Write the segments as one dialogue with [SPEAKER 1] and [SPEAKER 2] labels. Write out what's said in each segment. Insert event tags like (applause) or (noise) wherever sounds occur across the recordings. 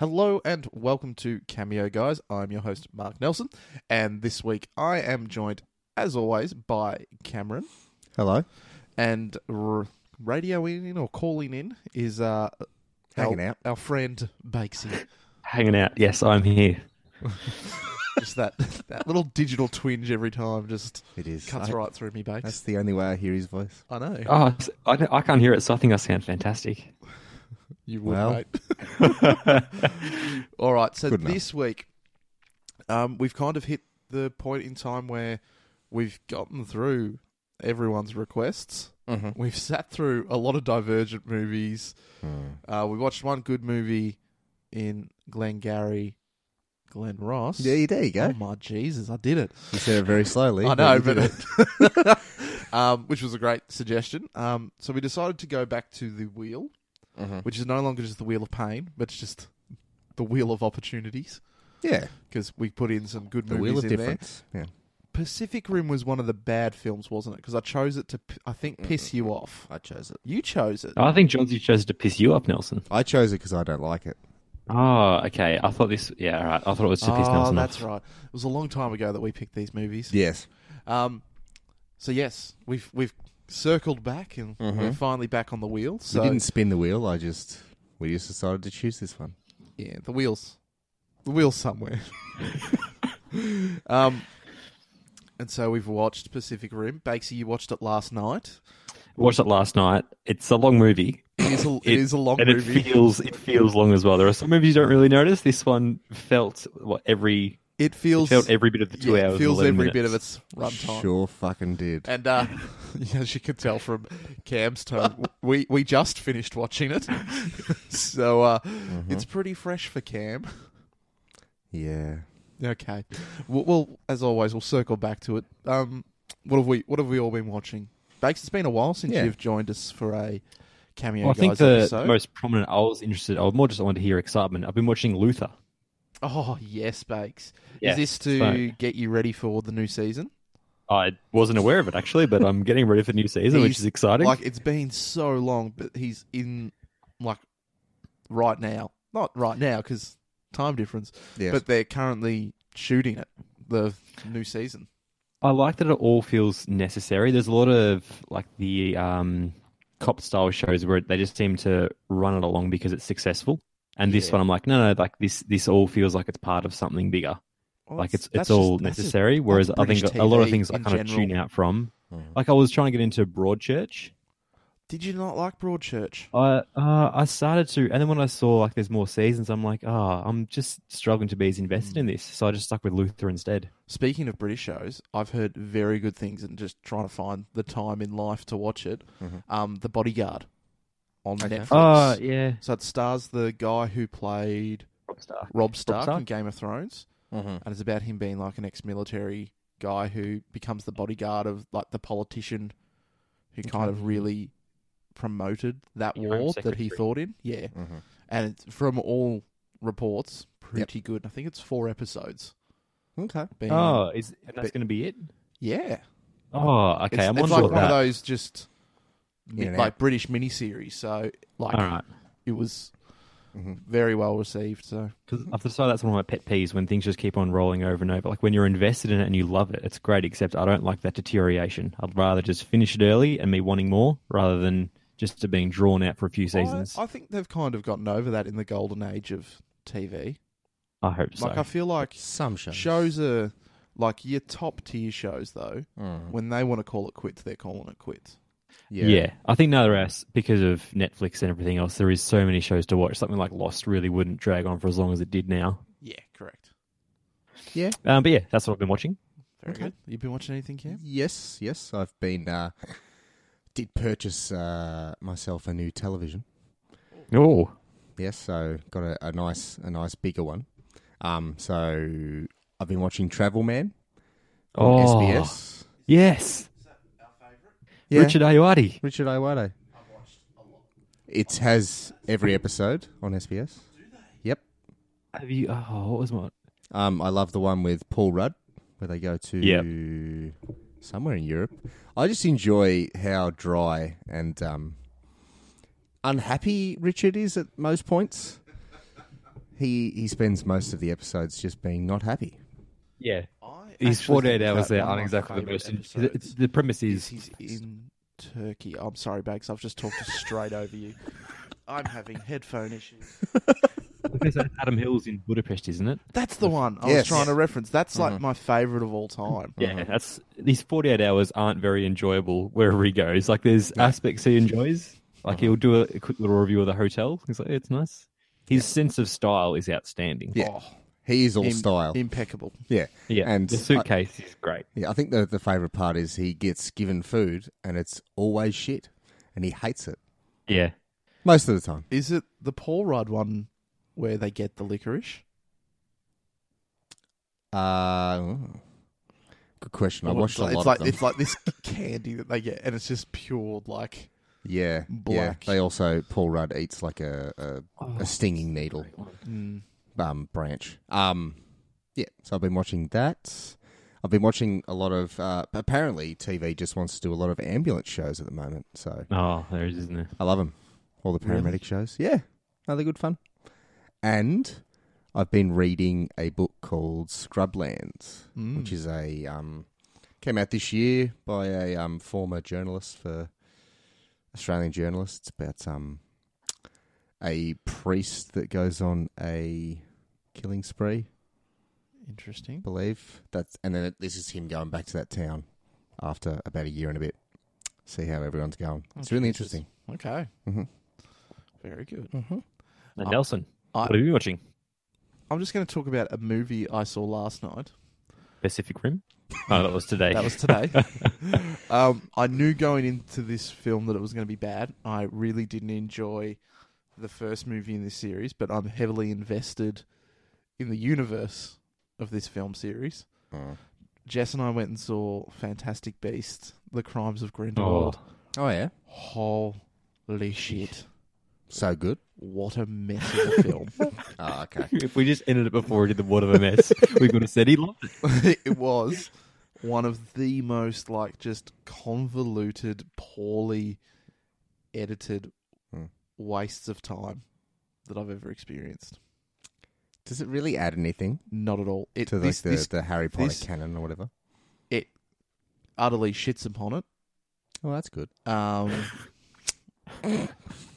[SPEAKER 1] Hello and welcome to Cameo, guys. I'm your host, Mark Nelson, and this week I am joined, as always, by Cameron.
[SPEAKER 2] Hello.
[SPEAKER 1] And r- radioing in or calling in is uh,
[SPEAKER 2] Hanging
[SPEAKER 1] our,
[SPEAKER 2] out.
[SPEAKER 1] our friend Bakesy.
[SPEAKER 3] Hanging out. Yes, I'm here.
[SPEAKER 1] just that (laughs) that little digital twinge every time just
[SPEAKER 2] It is.
[SPEAKER 1] cuts
[SPEAKER 2] I-
[SPEAKER 1] right through me, Bakes.
[SPEAKER 2] That's the only way I hear his voice.
[SPEAKER 1] I know
[SPEAKER 3] Oh, it's- I, don't- I can't hear it, so I think I sound fantastic.
[SPEAKER 1] you would,
[SPEAKER 2] well.
[SPEAKER 1] mate.
[SPEAKER 2] (laughs)
[SPEAKER 1] (laughs) All right. So
[SPEAKER 2] Good enough.
[SPEAKER 1] this week, um, we've kind of hit the point in time where we've gotten through everyone's requests.
[SPEAKER 2] Mm-hmm.
[SPEAKER 1] We've sat through a lot of divergent movies.
[SPEAKER 2] Hmm.
[SPEAKER 1] Uh, we watched one good movie in Glengarry, Glen Ross.
[SPEAKER 2] Yeah, there you go.
[SPEAKER 1] Oh my Jesus, I did it!
[SPEAKER 2] You said it very (laughs) slowly.
[SPEAKER 1] I know,
[SPEAKER 2] you did
[SPEAKER 1] but
[SPEAKER 2] it.
[SPEAKER 1] (laughs) um, which was a great suggestion. Um, so we decided to go back to the wheel,
[SPEAKER 2] uh, mm-hmm.
[SPEAKER 1] which is no longer just the wheel of pain, but it's just the wheel of opportunities
[SPEAKER 2] yeah,
[SPEAKER 1] because we put in some good
[SPEAKER 2] the
[SPEAKER 1] movies
[SPEAKER 2] wheel of
[SPEAKER 1] in there.
[SPEAKER 2] difference. Yeah.
[SPEAKER 1] Pacific Rim was one of the bad films, wasn't it? Because I chose it to, p- I think, piss you off.
[SPEAKER 2] I chose it.
[SPEAKER 1] You chose it.
[SPEAKER 3] I think Johnsy chose to piss you up, Nelson.
[SPEAKER 2] I chose it because I don't like it.
[SPEAKER 3] Oh, okay. I thought this. Yeah, all right. I thought it was to piss
[SPEAKER 1] Oh,
[SPEAKER 3] Nelson
[SPEAKER 1] that's
[SPEAKER 3] off.
[SPEAKER 1] right. It was a long time ago that we picked these movies.
[SPEAKER 2] Yes.
[SPEAKER 1] Um, so yes, we've we've circled back and
[SPEAKER 2] Mm-hmm.
[SPEAKER 1] we're finally back on the wheel. So
[SPEAKER 2] we didn't spin the wheel. I just we just decided to choose this one.
[SPEAKER 1] yeah, the wheels, the wheels somewhere. (laughs) um, and so we've watched Pacific Rim. Bakesy, you watched it last night.
[SPEAKER 3] Watched it last night. It's a long movie.
[SPEAKER 1] It is a, it is a long
[SPEAKER 3] and
[SPEAKER 1] movie.
[SPEAKER 3] it feels it feels long as well. There are some movies you don't really notice. This one felt what every
[SPEAKER 1] it feels
[SPEAKER 3] felt every bit of the two
[SPEAKER 1] yeah, it
[SPEAKER 3] hours. and
[SPEAKER 1] feels
[SPEAKER 3] 11
[SPEAKER 1] every bit
[SPEAKER 3] minutes.
[SPEAKER 1] of its runtime.
[SPEAKER 2] Sure, fucking did.
[SPEAKER 1] And uh, (laughs) as you can tell from Cam's tone, we, we just finished watching it. (laughs) so uh,
[SPEAKER 3] Mm-hmm.
[SPEAKER 1] it's pretty fresh for Cam.
[SPEAKER 2] Yeah.
[SPEAKER 1] Okay. Well, well, as always, we'll circle back to it. Um, what have we What have we all been watching? Bakes, it's been a while since
[SPEAKER 2] Yeah.
[SPEAKER 1] you've joined us for a cameo
[SPEAKER 3] Well, I
[SPEAKER 1] guys
[SPEAKER 3] think the
[SPEAKER 1] episode.
[SPEAKER 3] most prominent. I was interested. I was more just wanted to hear excitement. I've been watching Luther.
[SPEAKER 1] Oh yes, Bakes.
[SPEAKER 3] Yeah,
[SPEAKER 1] Is this to
[SPEAKER 3] so-
[SPEAKER 1] get you ready for the new season?
[SPEAKER 3] I wasn't aware of it actually, but I'm getting ready for the new season, which
[SPEAKER 1] He's-
[SPEAKER 3] is exciting.
[SPEAKER 1] Like it's been so long, but he's in like right now. Not right now because time difference.
[SPEAKER 2] Yes.
[SPEAKER 1] But they're currently shooting it, the new season.
[SPEAKER 3] I like that it all feels necessary. There's a lot of like the um, cop style shows where they just seem to run it along because it's successful. And this
[SPEAKER 1] Yeah.
[SPEAKER 3] one, I'm like, no, no, like this, this all feels like it's part of something bigger.
[SPEAKER 1] Well,
[SPEAKER 3] like
[SPEAKER 1] that's-
[SPEAKER 3] it's it's
[SPEAKER 1] that's
[SPEAKER 3] all
[SPEAKER 1] just- that's a-
[SPEAKER 3] necessary. Whereas I think
[SPEAKER 1] British
[SPEAKER 3] a lot of
[SPEAKER 1] TV
[SPEAKER 3] things I
[SPEAKER 1] in
[SPEAKER 3] kind of
[SPEAKER 1] general.
[SPEAKER 3] tune out from.
[SPEAKER 2] Mm-hmm.
[SPEAKER 3] Like I was trying to get into Broadchurch.
[SPEAKER 1] Did you not like Broadchurch?
[SPEAKER 3] I uh, I started to, and then when I saw like there's more seasons, I'm like, ah, I'm just struggling to be as invested
[SPEAKER 1] Hmm.
[SPEAKER 3] in this. So I just stuck with Luther instead.
[SPEAKER 1] Speaking of British shows, I've heard very good things and just trying to find the time in life to watch it. Um, the Bodyguard on Netflix.
[SPEAKER 3] Ah, yeah.
[SPEAKER 1] so it stars the guy who played
[SPEAKER 3] Rob Stark.
[SPEAKER 1] Rob Stark, in
[SPEAKER 3] Stark?
[SPEAKER 1] Game of Thrones,
[SPEAKER 2] Mm-hmm.
[SPEAKER 1] and it's about him being like an ex-military guy who becomes the bodyguard of like the politician who kind of really promoted that
[SPEAKER 3] Your Home
[SPEAKER 1] war that he
[SPEAKER 3] Secretary.
[SPEAKER 1] thought in. Yeah,
[SPEAKER 2] Mm-hmm.
[SPEAKER 1] and it's, from all reports, pretty good. I think it's four episodes.
[SPEAKER 2] Okay.
[SPEAKER 1] Being,
[SPEAKER 3] Oh, is and that's
[SPEAKER 1] But-
[SPEAKER 3] going to be it?
[SPEAKER 1] yeah.
[SPEAKER 3] Oh, okay.
[SPEAKER 1] it's,
[SPEAKER 3] I'm
[SPEAKER 1] it's like
[SPEAKER 3] on board
[SPEAKER 1] one
[SPEAKER 3] with
[SPEAKER 1] of
[SPEAKER 3] that.
[SPEAKER 1] those just
[SPEAKER 2] In and
[SPEAKER 1] like British miniseries. So like
[SPEAKER 3] All right,
[SPEAKER 1] it was
[SPEAKER 2] Mm-hmm.
[SPEAKER 1] very well received. So
[SPEAKER 3] because I've decided that's one of my pet peeves when things just keep on rolling over and over. Like when you're invested in it and you love it, it's great. Except I don't like that deterioration. I'd rather just finish it early and me wanting more rather than just to being drawn out for a few
[SPEAKER 1] I,
[SPEAKER 3] seasons. I,
[SPEAKER 1] I think they've kind of gotten over that in the golden age of TV.
[SPEAKER 3] hope so.
[SPEAKER 1] Like I feel like
[SPEAKER 2] Some shows.
[SPEAKER 1] shows are like your top tier shows though.
[SPEAKER 2] Mm-hmm.
[SPEAKER 1] When they want to call it quits, they're calling it quits.
[SPEAKER 3] Yeah. I think neither us because of Netflix and everything else. There is so many shows to watch. Something like Lost really wouldn't drag on for as long as it did now.
[SPEAKER 1] Yeah, correct.
[SPEAKER 3] Um, but yeah, that's what I've been watching.
[SPEAKER 1] Very
[SPEAKER 2] Okay.
[SPEAKER 1] good. You been watching anything, Cam?
[SPEAKER 2] Yes. Yes. I've been. Uh, did purchase uh, myself a new television.
[SPEAKER 3] Oh,
[SPEAKER 2] Yes, so got a, a nice a nice bigger one. Um, so I've been watching Travel Man on
[SPEAKER 3] Oh.
[SPEAKER 2] SBS.
[SPEAKER 3] yes,
[SPEAKER 2] Yeah,
[SPEAKER 3] Richard Ayoade.
[SPEAKER 2] Richard Iwado. It has every episode on SBS. Yep.
[SPEAKER 3] Have you? Oh, what was my?
[SPEAKER 2] Um, I love the one with Paul Rudd where they go to somewhere in Europe. I just enjoy how dry and um, unhappy Richard is at most points. he he spends most of the episodes just being not happy.
[SPEAKER 3] Yeah,
[SPEAKER 1] I
[SPEAKER 3] he's
[SPEAKER 1] actually
[SPEAKER 3] forty-eight
[SPEAKER 1] think
[SPEAKER 3] hours
[SPEAKER 1] that one
[SPEAKER 3] there.
[SPEAKER 1] of
[SPEAKER 3] Aren't
[SPEAKER 1] my
[SPEAKER 3] exactly the
[SPEAKER 1] favourite
[SPEAKER 3] most. in-
[SPEAKER 1] episodes
[SPEAKER 3] it's- the premise
[SPEAKER 1] is
[SPEAKER 3] is,
[SPEAKER 1] he's in Turkey. I'm sorry, Bags. I've just talked straight over (laughs) you. I'm having headphone issues.
[SPEAKER 3] There's Adam Hill's in Budapest, isn't it?
[SPEAKER 1] That's the one I was
[SPEAKER 2] Yes. Uh-huh.
[SPEAKER 1] trying to reference. That's like my favorite of all time.
[SPEAKER 3] Yeah, that's these forty-eight hours aren't very enjoyable wherever he goes. Like there's aspects he enjoys. Like he'll do a, a quick little review of the hotel. He's like, it's nice. His sense of style is outstanding.
[SPEAKER 2] Yeah,
[SPEAKER 1] Oh.
[SPEAKER 2] he is all
[SPEAKER 1] Im-
[SPEAKER 2] style.
[SPEAKER 1] impeccable.
[SPEAKER 2] yeah,
[SPEAKER 3] yeah.
[SPEAKER 2] And
[SPEAKER 3] the suitcase is great.
[SPEAKER 2] Yeah, I think the the favorite part is he gets given food and it's always shit, and he hates it
[SPEAKER 3] Yeah,
[SPEAKER 2] most of the time.
[SPEAKER 1] Is it the Paul Rudd one where they get the licorice?
[SPEAKER 2] Uh, good question. I
[SPEAKER 1] Or
[SPEAKER 2] watched
[SPEAKER 1] it's like,
[SPEAKER 2] a lot
[SPEAKER 1] it's like,
[SPEAKER 2] of them.
[SPEAKER 1] It's like this candy that they get, and it's just pure like
[SPEAKER 2] yeah,
[SPEAKER 1] black. Oh,
[SPEAKER 2] yeah. They also Paul Rudd eats like a a,
[SPEAKER 3] Oh.
[SPEAKER 2] a stinging needle
[SPEAKER 1] Mm.
[SPEAKER 2] um, branch. Um, yeah. So I've been watching that. I've been watching a lot of. Uh, apparently, TV just wants to do a lot of ambulance shows at the moment. So
[SPEAKER 3] Oh, there is, isn't there?
[SPEAKER 2] I love them. All the paramedic shows. Yeah. No, they're good fun. And I've been reading a book called Scrublands,
[SPEAKER 1] mm,
[SPEAKER 2] which is a um, came out this year by a um, former journalist for Australian journalists about um, a priest that goes on a killing spree, I
[SPEAKER 1] interesting.
[SPEAKER 2] believe. That's and then it, this is him going back to that town after about a year and a bit. See how everyone's going. It's really interesting.
[SPEAKER 1] Okay,
[SPEAKER 2] Mhm.
[SPEAKER 1] very good.
[SPEAKER 2] Mm-hmm.
[SPEAKER 3] And
[SPEAKER 1] I-
[SPEAKER 3] Nelson,
[SPEAKER 1] I-
[SPEAKER 3] what have you been watching?
[SPEAKER 1] I'm just going to talk about a movie I saw last night.
[SPEAKER 3] Pacific Rim. Oh, that was today.
[SPEAKER 1] That was today. um, I knew going into this film that it was going to be bad. I really didn't enjoy the first movie in this series, but I'm heavily invested in the universe of this film series.
[SPEAKER 2] Mm.
[SPEAKER 1] Jess and I went and saw Fantastic Beast: The Crimes of
[SPEAKER 3] oh,
[SPEAKER 1] Grindelwald.
[SPEAKER 2] Oh yeah,
[SPEAKER 1] Holy shit!
[SPEAKER 2] so good.
[SPEAKER 1] What a mess of a film.
[SPEAKER 2] Oh, okay.
[SPEAKER 3] (laughs) if we just ended it before we did the what of a mess, (laughs) we would have said he loved it.
[SPEAKER 1] (laughs) it was one of the most like just convoluted, poorly edited
[SPEAKER 2] Hmm.
[SPEAKER 1] wastes of time that I've ever experienced.
[SPEAKER 2] (laughs) Does it really add anything
[SPEAKER 1] Not at all. It
[SPEAKER 2] to like
[SPEAKER 1] this,
[SPEAKER 2] the,
[SPEAKER 1] this
[SPEAKER 2] the Harry Potter
[SPEAKER 1] this-
[SPEAKER 2] canon or whatever?
[SPEAKER 1] utterly shits upon it.
[SPEAKER 2] Oh, that's good.
[SPEAKER 1] Um,
[SPEAKER 2] (laughs)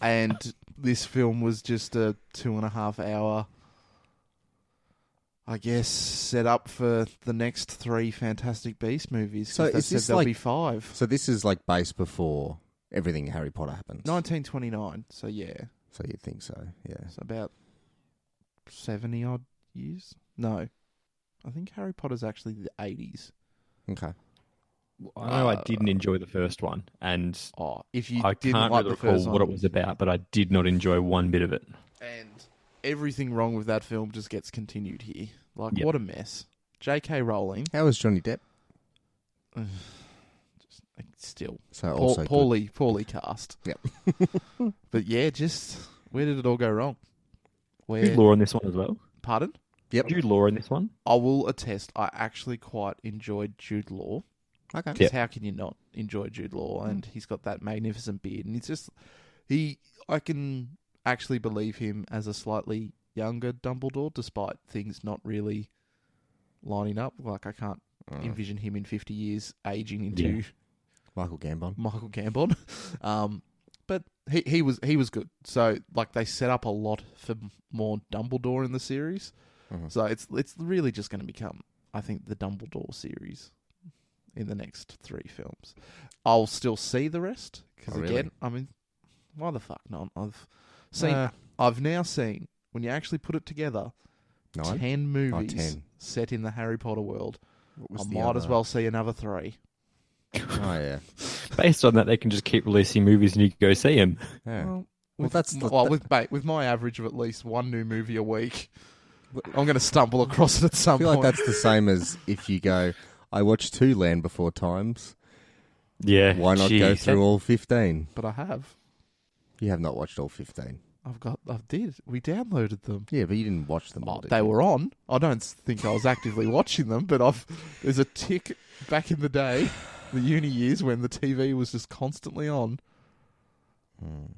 [SPEAKER 1] and this film was just a two and a half hour, I guess, set up for the next three Fantastic Beast movies. 'cause
[SPEAKER 2] So
[SPEAKER 1] they
[SPEAKER 2] is
[SPEAKER 1] said
[SPEAKER 2] this
[SPEAKER 1] there'll
[SPEAKER 2] like-
[SPEAKER 1] be five.
[SPEAKER 2] So this is like based before everything Harry Potter happens.
[SPEAKER 1] 1929. So yeah,
[SPEAKER 2] So you'd think so, yeah.
[SPEAKER 1] it's about seventy odd years. No, I think Harry Potter's actually the eighties. Uh,
[SPEAKER 2] Okay.
[SPEAKER 3] I know I didn't enjoy the first one, and
[SPEAKER 1] Oh, if you
[SPEAKER 3] I
[SPEAKER 1] didn't
[SPEAKER 3] can't
[SPEAKER 1] like
[SPEAKER 3] really
[SPEAKER 1] the first
[SPEAKER 3] recall what
[SPEAKER 1] one,
[SPEAKER 3] it was about, but I did not enjoy one bit of it.
[SPEAKER 1] and everything wrong with that film just gets continued here. Like
[SPEAKER 3] Yep.
[SPEAKER 1] what a mess. J.K. Rowling.
[SPEAKER 2] How was Johnny Depp?
[SPEAKER 1] like, still
[SPEAKER 2] So
[SPEAKER 1] poor,
[SPEAKER 2] also good.
[SPEAKER 1] poorly poorly
[SPEAKER 3] (laughs)
[SPEAKER 1] cast.
[SPEAKER 2] Yep.
[SPEAKER 1] (laughs) but yeah, just where did it all go wrong? Where
[SPEAKER 3] Jude Law in this one as well.
[SPEAKER 1] pardon?
[SPEAKER 2] Yep.
[SPEAKER 3] Jude Law in this one.
[SPEAKER 1] I will attest I actually quite enjoyed Jude Law.
[SPEAKER 2] Okay.
[SPEAKER 1] Because how can you not enjoy Jude Law? And he's got that magnificent beard, and it's just he. I can actually believe him as a slightly younger Dumbledore, despite things not really lining up. Like I can't
[SPEAKER 2] Mm.
[SPEAKER 1] envision him in fifty years aging into
[SPEAKER 3] Yeah.
[SPEAKER 2] Michael Gambon.
[SPEAKER 1] Michael Gambon. (laughs) Um, but he he was he was good. So like they set up a lot for m- more Dumbledore in the series.
[SPEAKER 2] Mhm.
[SPEAKER 1] So it's it's really just going to become I think the Dumbledore series in the next three films. I'll still see the rest because
[SPEAKER 2] Oh, really?
[SPEAKER 1] again, I mean, why the fuck not? I've seen
[SPEAKER 2] Uh.
[SPEAKER 1] I've now seen when you actually put it together,
[SPEAKER 2] Nine. Oh,
[SPEAKER 1] ten movies
[SPEAKER 2] 10.
[SPEAKER 1] set in the Harry Potter world.
[SPEAKER 2] What
[SPEAKER 1] I
[SPEAKER 2] was the
[SPEAKER 1] might as
[SPEAKER 2] other-
[SPEAKER 1] well see another three.
[SPEAKER 2] Oh yeah.
[SPEAKER 3] Based on that, they can just keep releasing movies and you can go see him.
[SPEAKER 2] Yeah.
[SPEAKER 1] Well,
[SPEAKER 2] Well,
[SPEAKER 1] with,
[SPEAKER 2] that's the-
[SPEAKER 1] well,
[SPEAKER 2] that-
[SPEAKER 1] with mate, with my average of at least one new movie a week, I'm going to stumble across it at
[SPEAKER 2] I
[SPEAKER 1] some
[SPEAKER 2] feel like
[SPEAKER 1] point.
[SPEAKER 2] that's the same as if you go I watched two Land Before Times.
[SPEAKER 3] Yeah.
[SPEAKER 2] Why not go
[SPEAKER 3] Jeez,
[SPEAKER 2] through all fifteen?
[SPEAKER 1] But I have.
[SPEAKER 2] You have not watched all fifteen.
[SPEAKER 1] I've got. I did. We downloaded them.
[SPEAKER 2] Yeah, but you didn't watch them all. Oh, did
[SPEAKER 1] Oh, they
[SPEAKER 2] you?
[SPEAKER 1] were on. I don't think I was actively watching them, but I've. There's a tick back in the day, the uni years when the TV was just constantly on.
[SPEAKER 2] Mm.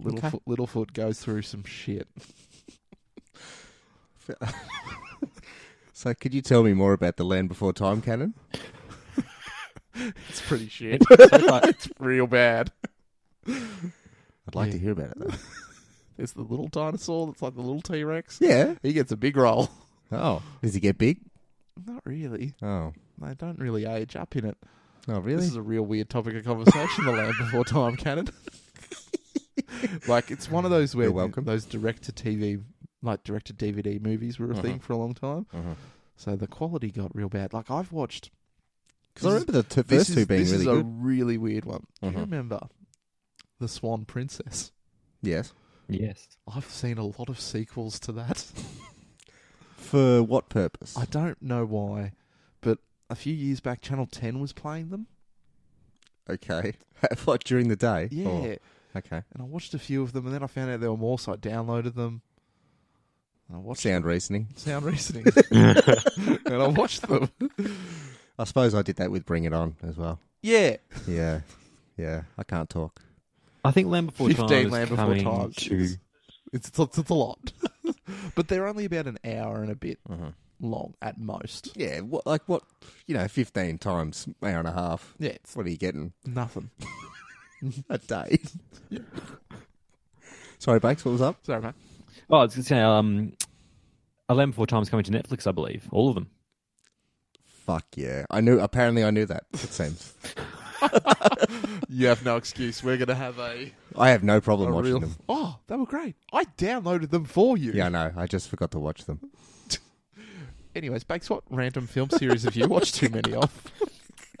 [SPEAKER 1] Little
[SPEAKER 2] Okay.
[SPEAKER 1] Littlefoot goes through some shit.
[SPEAKER 2] so, could you tell me more about the Land Before Time canon?
[SPEAKER 1] It's pretty shit. (laughs)
[SPEAKER 3] It's so far-
[SPEAKER 1] it's real bad.
[SPEAKER 2] I'd like
[SPEAKER 1] Yeah.
[SPEAKER 2] to hear about it. Though.
[SPEAKER 1] There's the little dinosaur that's like the little T Rex.
[SPEAKER 2] (laughs) yeah.
[SPEAKER 1] He gets a big role.
[SPEAKER 2] Oh, does he get big?
[SPEAKER 1] Not really.
[SPEAKER 2] Oh,
[SPEAKER 1] They don't really age up in it.
[SPEAKER 2] oh, really?
[SPEAKER 1] This is a real weird topic of conversation, the Land Before Time
[SPEAKER 2] (laughs)
[SPEAKER 1] canon. like it's one of those where
[SPEAKER 2] You're welcome.
[SPEAKER 1] those direct to TV, like direct to DVD movies were a
[SPEAKER 2] Uh-huh.
[SPEAKER 1] thing for a long time.
[SPEAKER 2] Uh-huh.
[SPEAKER 1] So the quality got real bad. Like I've watched
[SPEAKER 2] Because I
[SPEAKER 1] this is-
[SPEAKER 2] remember the t-
[SPEAKER 1] this
[SPEAKER 2] first
[SPEAKER 1] is-
[SPEAKER 2] two being
[SPEAKER 1] this
[SPEAKER 2] really
[SPEAKER 1] is a
[SPEAKER 2] good.
[SPEAKER 1] really weird one. Do
[SPEAKER 2] Uh-huh.
[SPEAKER 1] you remember the Swan Princess?
[SPEAKER 2] Yes.
[SPEAKER 3] yes.
[SPEAKER 1] I've seen a lot of sequels to that.
[SPEAKER 2] (laughs) For what purpose?
[SPEAKER 1] I don't know why, but a few years back, Channel Ten was playing them.
[SPEAKER 2] okay. (laughs) like during the day?
[SPEAKER 1] Yeah,
[SPEAKER 2] Or- okay.
[SPEAKER 1] and I watched a few of them, and then I found out there were more, so I downloaded them. And I watched
[SPEAKER 2] Sound reasoning.
[SPEAKER 1] sound (laughs) reasoning, and I watched them.
[SPEAKER 2] I suppose I did that with Bring It On as well.
[SPEAKER 1] Yeah,
[SPEAKER 2] (laughs) Yeah. Yeah. I can't talk.
[SPEAKER 3] I think Land Before Time
[SPEAKER 1] 15
[SPEAKER 3] is
[SPEAKER 1] Land Before
[SPEAKER 3] coming
[SPEAKER 1] Times.
[SPEAKER 3] to
[SPEAKER 1] it's it's, it's a lot, (laughs) but they're only about an hour and a bit
[SPEAKER 2] Uh-huh.
[SPEAKER 1] long at most.
[SPEAKER 2] Yeah. What, like what? You know, 15 times, hour and a half.
[SPEAKER 1] Yeah, it's
[SPEAKER 2] What are you getting? (laughs)
[SPEAKER 1] nothing.
[SPEAKER 2] A (laughs) day. Sorry, Bakes, what was up?
[SPEAKER 1] Sorry, mate.
[SPEAKER 3] Oh, I was going to say, um, A Land Before Time is coming to Netflix, I believe. All of them.
[SPEAKER 2] Fuck yeah. I knew, apparently I knew that, it seems.
[SPEAKER 1] You have no excuse. We're gonna have a,
[SPEAKER 2] I have no problem
[SPEAKER 1] a
[SPEAKER 2] watching
[SPEAKER 1] real.
[SPEAKER 2] them.
[SPEAKER 1] Oh, they were great. I downloaded them for you.
[SPEAKER 2] Yeah, I know. I just forgot to watch them.
[SPEAKER 1] Anyways, Bakes, what random film series have you watched too many of?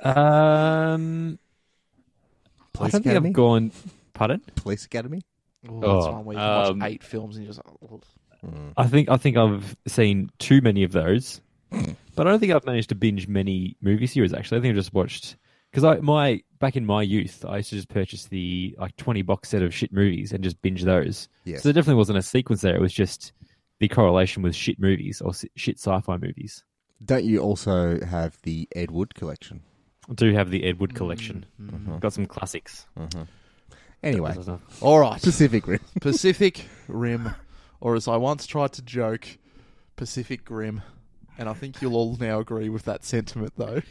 [SPEAKER 3] Um, I
[SPEAKER 2] Police
[SPEAKER 3] don't think
[SPEAKER 2] Academy?
[SPEAKER 3] I've gone. Pardon?
[SPEAKER 2] Police Academy?
[SPEAKER 1] Oh,
[SPEAKER 3] Oh,
[SPEAKER 1] that's one where you can
[SPEAKER 3] um,
[SPEAKER 1] watch eight films and you're just like, oh,
[SPEAKER 2] Mm,
[SPEAKER 3] I think I think I've seen too many of those, but I don't think I've managed to binge many movie series. Actually, I think I've just watched because I my back in my youth, I used to just purchase the like twenty box set of shit movies and just binge those.
[SPEAKER 2] Yes.
[SPEAKER 3] So there definitely wasn't a sequence there. It was just the correlation with shit movies or si- shit sci-fi movies.
[SPEAKER 2] Don't you also have the Ed Wood collection?
[SPEAKER 3] I do have the Ed
[SPEAKER 1] Hmm.
[SPEAKER 3] Wood collection.
[SPEAKER 1] Mm-hmm.
[SPEAKER 3] Got some classics.
[SPEAKER 2] Mm-hmm. Anyway,
[SPEAKER 1] All right.
[SPEAKER 2] (laughs) Pacific Rim.
[SPEAKER 1] Pacific Rim, or as I once tried to joke, Pacific Rim. And I think you'll all now agree with that sentiment, though,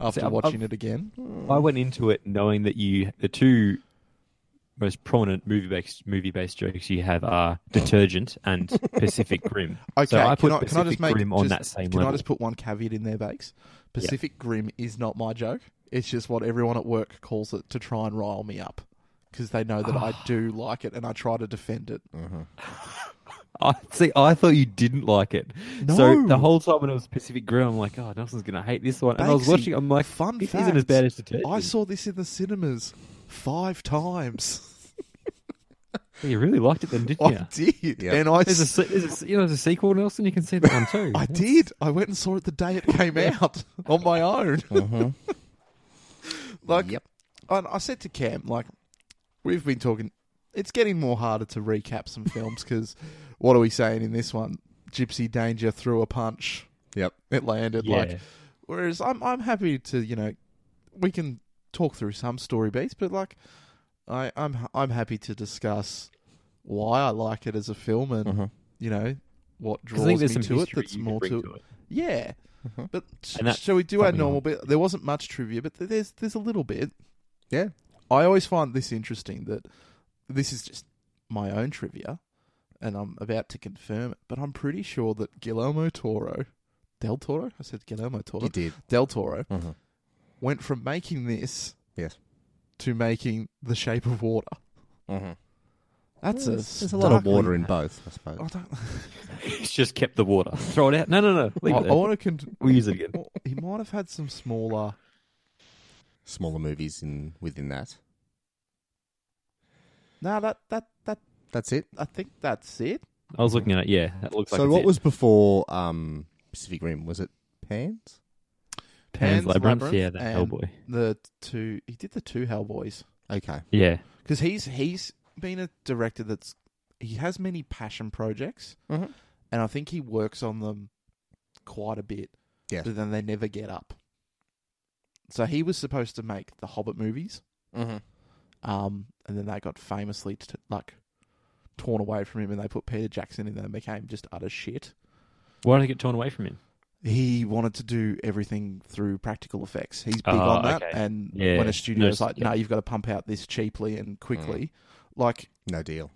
[SPEAKER 1] after
[SPEAKER 3] See, I've-
[SPEAKER 1] watching
[SPEAKER 3] I've-
[SPEAKER 1] it again.
[SPEAKER 3] I went into it knowing that you the two most prominent movie based movie based jokes you have are detergent
[SPEAKER 1] (laughs)
[SPEAKER 3] and Pacific Rim.
[SPEAKER 1] Okay,
[SPEAKER 3] so I put
[SPEAKER 1] can, I,
[SPEAKER 3] Pacific
[SPEAKER 1] can I just make
[SPEAKER 3] Rim on
[SPEAKER 1] just-
[SPEAKER 3] that same
[SPEAKER 1] Can
[SPEAKER 3] level.
[SPEAKER 1] I just put one caveat in there, Bakes? Pacific Rim is not my joke. It's just what everyone at work calls it to try and rile me up because they know that
[SPEAKER 3] (sighs)
[SPEAKER 1] I do like it and I try to defend it.
[SPEAKER 3] (laughs) I see. I thought you didn't like it.
[SPEAKER 1] No.
[SPEAKER 3] So the whole time when it was Pacific Rim, I'm like, oh, Nelson's gonna hate this one. And I was
[SPEAKER 1] Banksy,
[SPEAKER 3] watching. it, I'm like,
[SPEAKER 1] fun
[SPEAKER 3] this
[SPEAKER 1] fact,
[SPEAKER 3] isn't as bad as detergent.
[SPEAKER 1] I saw this in the cinemas five times.
[SPEAKER 3] you really liked it then,
[SPEAKER 1] (laughs)
[SPEAKER 3] didn't
[SPEAKER 1] I
[SPEAKER 3] you?
[SPEAKER 1] did,
[SPEAKER 2] Yeah.
[SPEAKER 1] and I
[SPEAKER 3] There's a, se- there's a se- you know there's a sequel, Nelson. You can see that one too.
[SPEAKER 1] (laughs) I did. I went and saw it the day it came out (laughs) on my
[SPEAKER 3] (laughs)
[SPEAKER 1] own.
[SPEAKER 2] (laughs)
[SPEAKER 1] like,
[SPEAKER 2] Mm-hmm. Yep.
[SPEAKER 1] and I said to Cam, like, we've been talking. It's getting more harder to recap
[SPEAKER 3] (laughs)
[SPEAKER 1] some films because what are we saying in this one? Gypsy Danger threw a punch.
[SPEAKER 2] Yep.
[SPEAKER 1] It landed.
[SPEAKER 3] Yeah.
[SPEAKER 1] Like, whereas I'm, I'm happy to, you know, we can talk through some story beats, but like, I, I'm, I'm happy to discuss why I like it as a film and you know what
[SPEAKER 3] 'Cause
[SPEAKER 1] draws
[SPEAKER 3] Uh-huh. I
[SPEAKER 1] me
[SPEAKER 3] think there's some
[SPEAKER 1] to it.
[SPEAKER 3] history
[SPEAKER 1] That's
[SPEAKER 3] you
[SPEAKER 1] more
[SPEAKER 3] can bring
[SPEAKER 1] to,
[SPEAKER 3] to it. (laughs)
[SPEAKER 1] yeah,
[SPEAKER 2] Uh-huh.
[SPEAKER 1] but sh-
[SPEAKER 3] And that's
[SPEAKER 1] shall we do our
[SPEAKER 3] probably
[SPEAKER 1] normal bit? There wasn't much trivia, but th- there's there's a little bit.
[SPEAKER 2] Yeah.
[SPEAKER 1] I always find this interesting that this is just my own trivia, and I'm about to confirm it. But I'm pretty sure that Guillermo Toro, Del Toro, I said Guillermo Toro,
[SPEAKER 2] You did.
[SPEAKER 1] Del Toro
[SPEAKER 2] Uh-huh.
[SPEAKER 1] went from making this
[SPEAKER 2] Yes.
[SPEAKER 1] to making The Shape of Water.
[SPEAKER 2] Uh-huh.
[SPEAKER 1] That's a
[SPEAKER 2] There's, there's a lot of
[SPEAKER 1] starkly-
[SPEAKER 2] water in both, I suppose.
[SPEAKER 1] I, don't,
[SPEAKER 3] It's just kept the water. Throw it out. No, no, no. Leave
[SPEAKER 1] I,
[SPEAKER 3] it.
[SPEAKER 1] I
[SPEAKER 3] There.
[SPEAKER 1] want to. Con- (laughs)
[SPEAKER 3] We'll use it again.
[SPEAKER 1] well, he might have had some smaller.
[SPEAKER 2] Smaller movies in within that.
[SPEAKER 1] No, that that that
[SPEAKER 2] That's it.
[SPEAKER 1] I think that's it.
[SPEAKER 3] I was looking at it. Yeah, that looks like.
[SPEAKER 2] so
[SPEAKER 3] it's
[SPEAKER 2] what
[SPEAKER 3] it.
[SPEAKER 2] was before um, Pacific Rim? Was it Pans?
[SPEAKER 3] Pan's Labyrinth? Yeah, that
[SPEAKER 1] and
[SPEAKER 3] Hellboy.
[SPEAKER 1] The two he did the two Hellboys
[SPEAKER 2] Okay.
[SPEAKER 3] Yeah.
[SPEAKER 1] because he's he's been a director that's he has many passion projects
[SPEAKER 2] Mhm.
[SPEAKER 1] and I think he works on them quite a bit.
[SPEAKER 2] Yes.
[SPEAKER 1] but then they never get up. So he was supposed to make the Hobbit movies,
[SPEAKER 2] Mm-hmm.
[SPEAKER 1] um, and then they got famously t- like torn away from him, and they put Peter Jackson in, and they became just utter shit.
[SPEAKER 3] Why did it get torn away from him?
[SPEAKER 1] He wanted to do everything through practical effects. He's big
[SPEAKER 3] Oh,
[SPEAKER 1] on that.
[SPEAKER 3] okay.
[SPEAKER 1] And
[SPEAKER 3] Yeah.
[SPEAKER 1] when a studio's
[SPEAKER 3] No,
[SPEAKER 1] like,
[SPEAKER 3] yeah. Mm.
[SPEAKER 1] no, you've got to pump out this cheaply and quickly, like
[SPEAKER 2] No deal.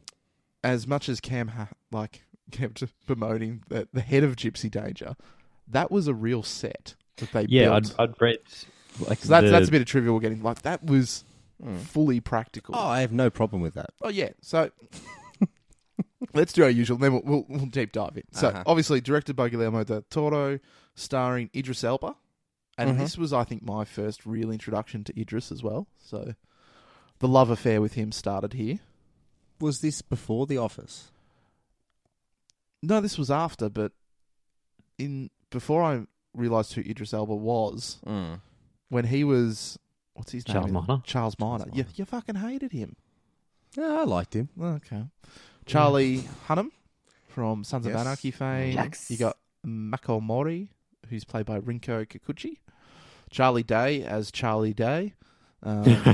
[SPEAKER 1] as much as Cam ha- like (laughs) kept bemoaning that the head of Gypsy Danger, that was a real set that they
[SPEAKER 3] Yeah,
[SPEAKER 1] built.
[SPEAKER 3] I'd, I'd read. Like
[SPEAKER 1] so that's
[SPEAKER 3] the-
[SPEAKER 1] that's a bit of trivia we're getting. Like that was
[SPEAKER 3] Hmm.
[SPEAKER 2] Mm.
[SPEAKER 1] fully practical.
[SPEAKER 2] Oh, I have no problem with that.
[SPEAKER 1] Oh yeah, so (laughs) let's do our usual, and then we'll, we'll, we'll deep dive in. So
[SPEAKER 2] Uh-huh.
[SPEAKER 1] obviously directed by Guillermo del Toro, starring Idris Elba, and
[SPEAKER 2] Mhm.
[SPEAKER 1] this was I think my first real introduction to Idris as well. So the love affair with him started here.
[SPEAKER 2] Was this before The Office?
[SPEAKER 1] No, this was after, but in before I realised who Idris Elba was,
[SPEAKER 2] Mm.
[SPEAKER 1] when he was what's his
[SPEAKER 3] Charles
[SPEAKER 1] name?
[SPEAKER 3] Minor.
[SPEAKER 1] Charles Minor.
[SPEAKER 2] Charles
[SPEAKER 1] You,
[SPEAKER 2] Minor.
[SPEAKER 1] you fucking hated him.
[SPEAKER 2] Yeah, I liked him.
[SPEAKER 1] Okay.
[SPEAKER 3] (laughs)
[SPEAKER 1] Charlie Hunnam from Sons of
[SPEAKER 2] Yes.
[SPEAKER 1] Anarchy fame.
[SPEAKER 4] Yes.
[SPEAKER 1] You got Mako Mori, who's played by Rinko Kikuchi. Charlie Day as Charlie Day. Um,
[SPEAKER 2] (laughs)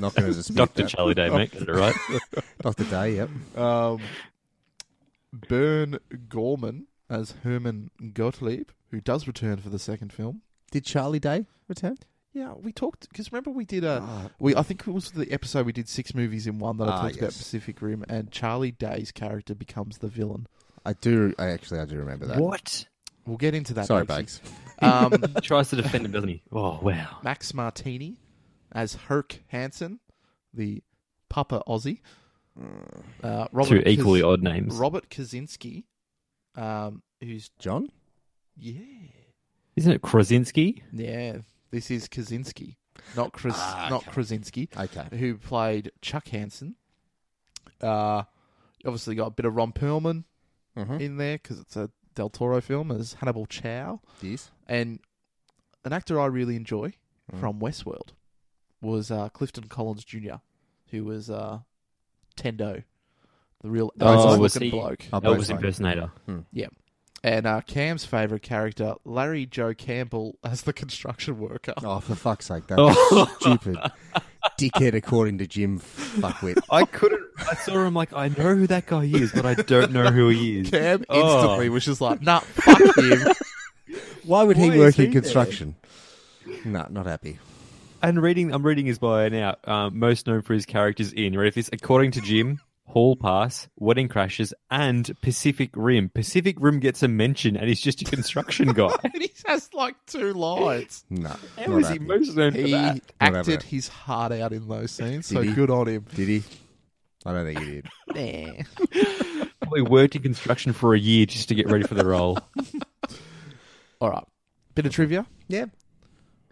[SPEAKER 2] Not going to dispute
[SPEAKER 3] Doctor
[SPEAKER 2] that.
[SPEAKER 3] Charlie Day, mate. Got it right.
[SPEAKER 2] (laughs) Doctor Day. Yep.
[SPEAKER 1] um, Bern Gorman as Herman Gottlieb, who does return for the second film.
[SPEAKER 2] Did Charlie Day return? Uh,
[SPEAKER 1] Yeah, we talked because remember we did a we I think it was the episode we did six movies in one that I
[SPEAKER 2] Oh. Ah,
[SPEAKER 1] talked about
[SPEAKER 2] yes.
[SPEAKER 1] Pacific Rim and Charlie Day's character becomes the villain.
[SPEAKER 2] I do. I actually I do remember that.
[SPEAKER 3] what?
[SPEAKER 1] We'll get into that.
[SPEAKER 2] Sorry,
[SPEAKER 1] next
[SPEAKER 2] Bugs.
[SPEAKER 1] week. Um,
[SPEAKER 3] (laughs) Tries to defend him, doesn't he? Oh wow.
[SPEAKER 1] Max Martini as Herc Hansen, the Papa Aussie. Uh, Robert
[SPEAKER 3] Two equally
[SPEAKER 1] Kaz-
[SPEAKER 3] odd names.
[SPEAKER 1] Robert Kaczynski, um, who's
[SPEAKER 2] John.
[SPEAKER 1] yeah,
[SPEAKER 3] Isn't it Krasinski?
[SPEAKER 1] yeah. This is Kaczynski, not Chris, not Krasinski,
[SPEAKER 2] Okay.
[SPEAKER 1] who played Chuck Hansen. Uh, obviously got a bit of Ron Perlman
[SPEAKER 3] Hmm.
[SPEAKER 2] Mhm.
[SPEAKER 1] in there because it's a Del Toro film as Hannibal Chow,
[SPEAKER 2] Yes.
[SPEAKER 1] and an actor I really enjoy from Westworld was uh, Clifton Collins Jr., who was uh, Tendo, the real
[SPEAKER 2] Oh,
[SPEAKER 1] Elvis
[SPEAKER 2] was
[SPEAKER 1] looking
[SPEAKER 3] he-
[SPEAKER 1] bloke.
[SPEAKER 2] Oh, both
[SPEAKER 3] Elvis
[SPEAKER 2] sides.
[SPEAKER 3] impersonator.
[SPEAKER 1] And uh, Cam's favourite character, Larry Joe Campbell, (laughs) as the construction worker.
[SPEAKER 2] Oh, for fuck's sake! That's
[SPEAKER 3] Oh.
[SPEAKER 2] stupid. Dickhead, according to Jim. Fuckwit.
[SPEAKER 3] I couldn't. I saw him like I know who that guy is, but I don't know who
[SPEAKER 1] (laughs)
[SPEAKER 3] he is.
[SPEAKER 1] Cam
[SPEAKER 3] Oh.
[SPEAKER 1] instantly was just like, nah, fuck him. (laughs)
[SPEAKER 2] Why would
[SPEAKER 3] Why
[SPEAKER 2] he work
[SPEAKER 3] is he
[SPEAKER 2] in construction? No, not happy.
[SPEAKER 3] And reading, I'm reading his bio now. Um, most known for his characters in. You ready for this? According to Jim, Hall Pass, Wedding Crashes, and Pacific Rim. Pacific Rim gets a mention, and he's just a construction (laughs) guy.
[SPEAKER 1] and he has like two lines.
[SPEAKER 2] No.
[SPEAKER 3] How
[SPEAKER 2] not
[SPEAKER 3] is he
[SPEAKER 2] happy.
[SPEAKER 3] most known for
[SPEAKER 1] He
[SPEAKER 3] that?
[SPEAKER 1] acted
[SPEAKER 2] Whatever.
[SPEAKER 1] his heart out in those scenes,
[SPEAKER 2] Did
[SPEAKER 1] so
[SPEAKER 2] he?
[SPEAKER 1] good on him.
[SPEAKER 2] Did he? I don't think he did.
[SPEAKER 1] Nah.
[SPEAKER 3] Probably worked in construction for a year just to get ready for the role.
[SPEAKER 1] All right. Bit of trivia.
[SPEAKER 2] Yeah.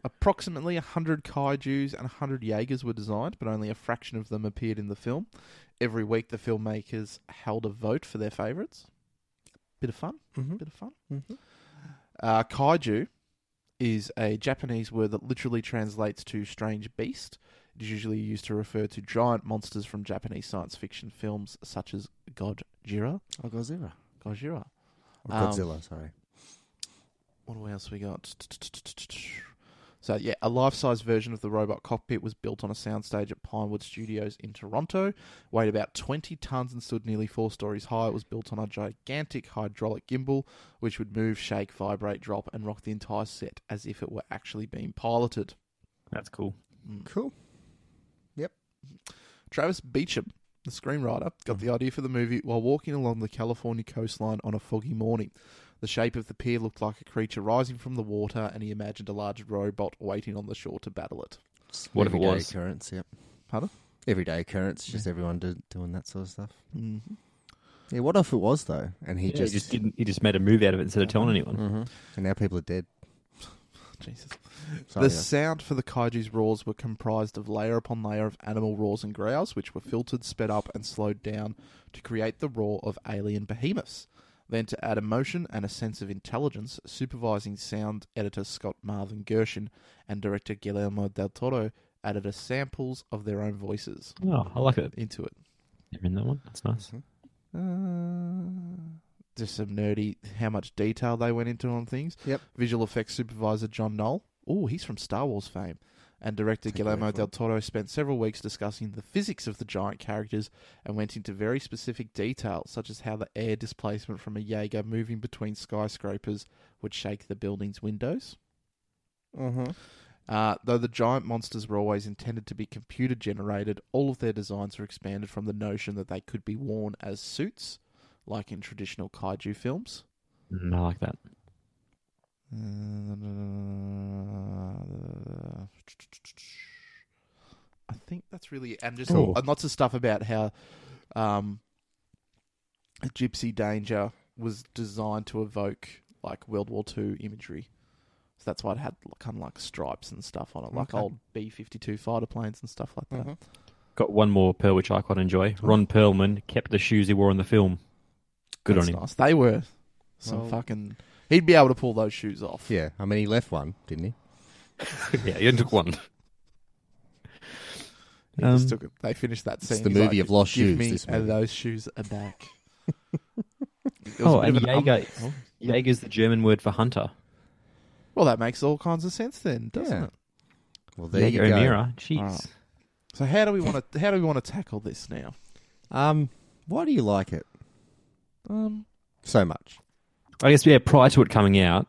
[SPEAKER 1] Approximately 100 kaijus and 100 Jaegers were designed, but only a fraction of them appeared in the film. Every week, the filmmakers held a vote for their favourites. Bit of fun.
[SPEAKER 2] Mhm.
[SPEAKER 1] Bit of fun.
[SPEAKER 2] Mhm.
[SPEAKER 1] Uh, kaiju is a Japanese word that literally translates to strange beast. It is usually used to refer to giant monsters from Japanese science fiction films such as Godzilla.
[SPEAKER 2] Oh, Godzilla.
[SPEAKER 1] Godzilla. Um,
[SPEAKER 2] Or Oh, Godzilla, sorry.
[SPEAKER 1] What else we got? So yeah, a life-size version of the robot cockpit was built on a soundstage at Pinewood Studios in Toronto. Weighed about 20 tons and stood nearly four stories high. It was built on a gigantic hydraulic gimbal, which would move, shake, vibrate, drop, and rock the entire set as if it were actually being piloted. Hmm.
[SPEAKER 3] That's cool.
[SPEAKER 2] Cool.
[SPEAKER 1] Travis Beecham, the screenwriter, got the idea for the movie while walking along the California coastline on a foggy morning. The shape of the pier looked like a creature rising from the water, and he imagined a large robot waiting on the shore to battle it.
[SPEAKER 3] What if it
[SPEAKER 2] Everyday
[SPEAKER 3] was?
[SPEAKER 2] occurrence, yep.
[SPEAKER 1] Pardon?
[SPEAKER 2] Everyday occurrence, just everyone do, doing that sort of stuff.
[SPEAKER 1] Mm-hmm.
[SPEAKER 2] Yeah, what if it was, though? And he
[SPEAKER 3] He
[SPEAKER 2] just.
[SPEAKER 3] just, didn't. He just made a move out of it instead of telling anyone.
[SPEAKER 2] Mhm. And now people are dead.
[SPEAKER 1] Jesus.
[SPEAKER 2] Sorry,
[SPEAKER 1] Mm-hmm. the
[SPEAKER 2] yeah.
[SPEAKER 1] sound for the kaiju's roars were comprised of layer upon layer of animal roars and growls, which were filtered, sped up, and slowed down to create the roar of alien behemoths. Then, to add emotion and a sense of intelligence, supervising sound editor Scott Marvin Gershon and director Guillermo del Toro added a samples of their own voices
[SPEAKER 3] Oh, I like it.
[SPEAKER 1] into it.
[SPEAKER 3] You're in that one. That's nice.
[SPEAKER 1] Mm-hmm. Uh, just some nerdy how much detail they went into on things.
[SPEAKER 2] Yep.
[SPEAKER 1] Visual effects supervisor John Knoll. Oh, he's from Star Wars fame. and director
[SPEAKER 2] Take away
[SPEAKER 1] Guillermo
[SPEAKER 2] from
[SPEAKER 1] del
[SPEAKER 2] it.
[SPEAKER 1] Toro spent several weeks discussing the physics of the giant characters and went into very specific detail, such as how the air displacement from a Jaeger moving between skyscrapers would shake the building's windows.
[SPEAKER 2] Mm-hmm.
[SPEAKER 1] Uh, though the giant monsters were always intended to be computer generated, all of their designs were expanded from the notion that they could be worn as suits, like in traditional kaiju films.
[SPEAKER 3] Mm, I like that.
[SPEAKER 1] Uh, I think that's really it. and just
[SPEAKER 3] Cool.
[SPEAKER 1] and lots of stuff about how um, Gypsy Danger was designed to evoke like World War II imagery. So that's why it had kind of like stripes and stuff on it, like
[SPEAKER 2] Okay.
[SPEAKER 1] old B fifty two fighter planes and stuff like that.
[SPEAKER 2] Mhm.
[SPEAKER 3] Got one more pearl which I quite enjoy. Ron Perlman kept the shoes he wore in the film. Good
[SPEAKER 1] That's
[SPEAKER 3] on him.
[SPEAKER 1] nice. They were some
[SPEAKER 2] Well-
[SPEAKER 1] fucking. He'd be able to pull those shoes off.
[SPEAKER 2] Yeah, I mean, he left one, didn't he?
[SPEAKER 3] (laughs) yeah, he took one.
[SPEAKER 1] He just
[SPEAKER 3] Um,
[SPEAKER 1] took it. They finished that scene.
[SPEAKER 2] It's the
[SPEAKER 1] He's
[SPEAKER 2] movie
[SPEAKER 1] like,
[SPEAKER 2] of lost
[SPEAKER 1] Give
[SPEAKER 2] shoes.
[SPEAKER 1] me
[SPEAKER 2] this
[SPEAKER 1] and
[SPEAKER 2] movie.
[SPEAKER 1] those shoes are
[SPEAKER 2] (laughs)
[SPEAKER 1] back. It was
[SPEAKER 3] Oh,
[SPEAKER 1] a bit
[SPEAKER 3] and
[SPEAKER 1] of an um-
[SPEAKER 3] Jaeger.
[SPEAKER 1] Oh.
[SPEAKER 3] Jaeger's the German word for hunter.
[SPEAKER 1] Well, that makes all kinds of sense then, doesn't
[SPEAKER 2] Yeah.
[SPEAKER 1] it?
[SPEAKER 2] Well, there
[SPEAKER 3] Jaeger
[SPEAKER 2] you go.
[SPEAKER 3] O'Meara. Jeez.
[SPEAKER 1] Alright. So how do we want to how do we want to tackle this now?
[SPEAKER 2] Um, why do you like it
[SPEAKER 1] Um,
[SPEAKER 2] so much?
[SPEAKER 3] I guess, yeah, prior to it coming out,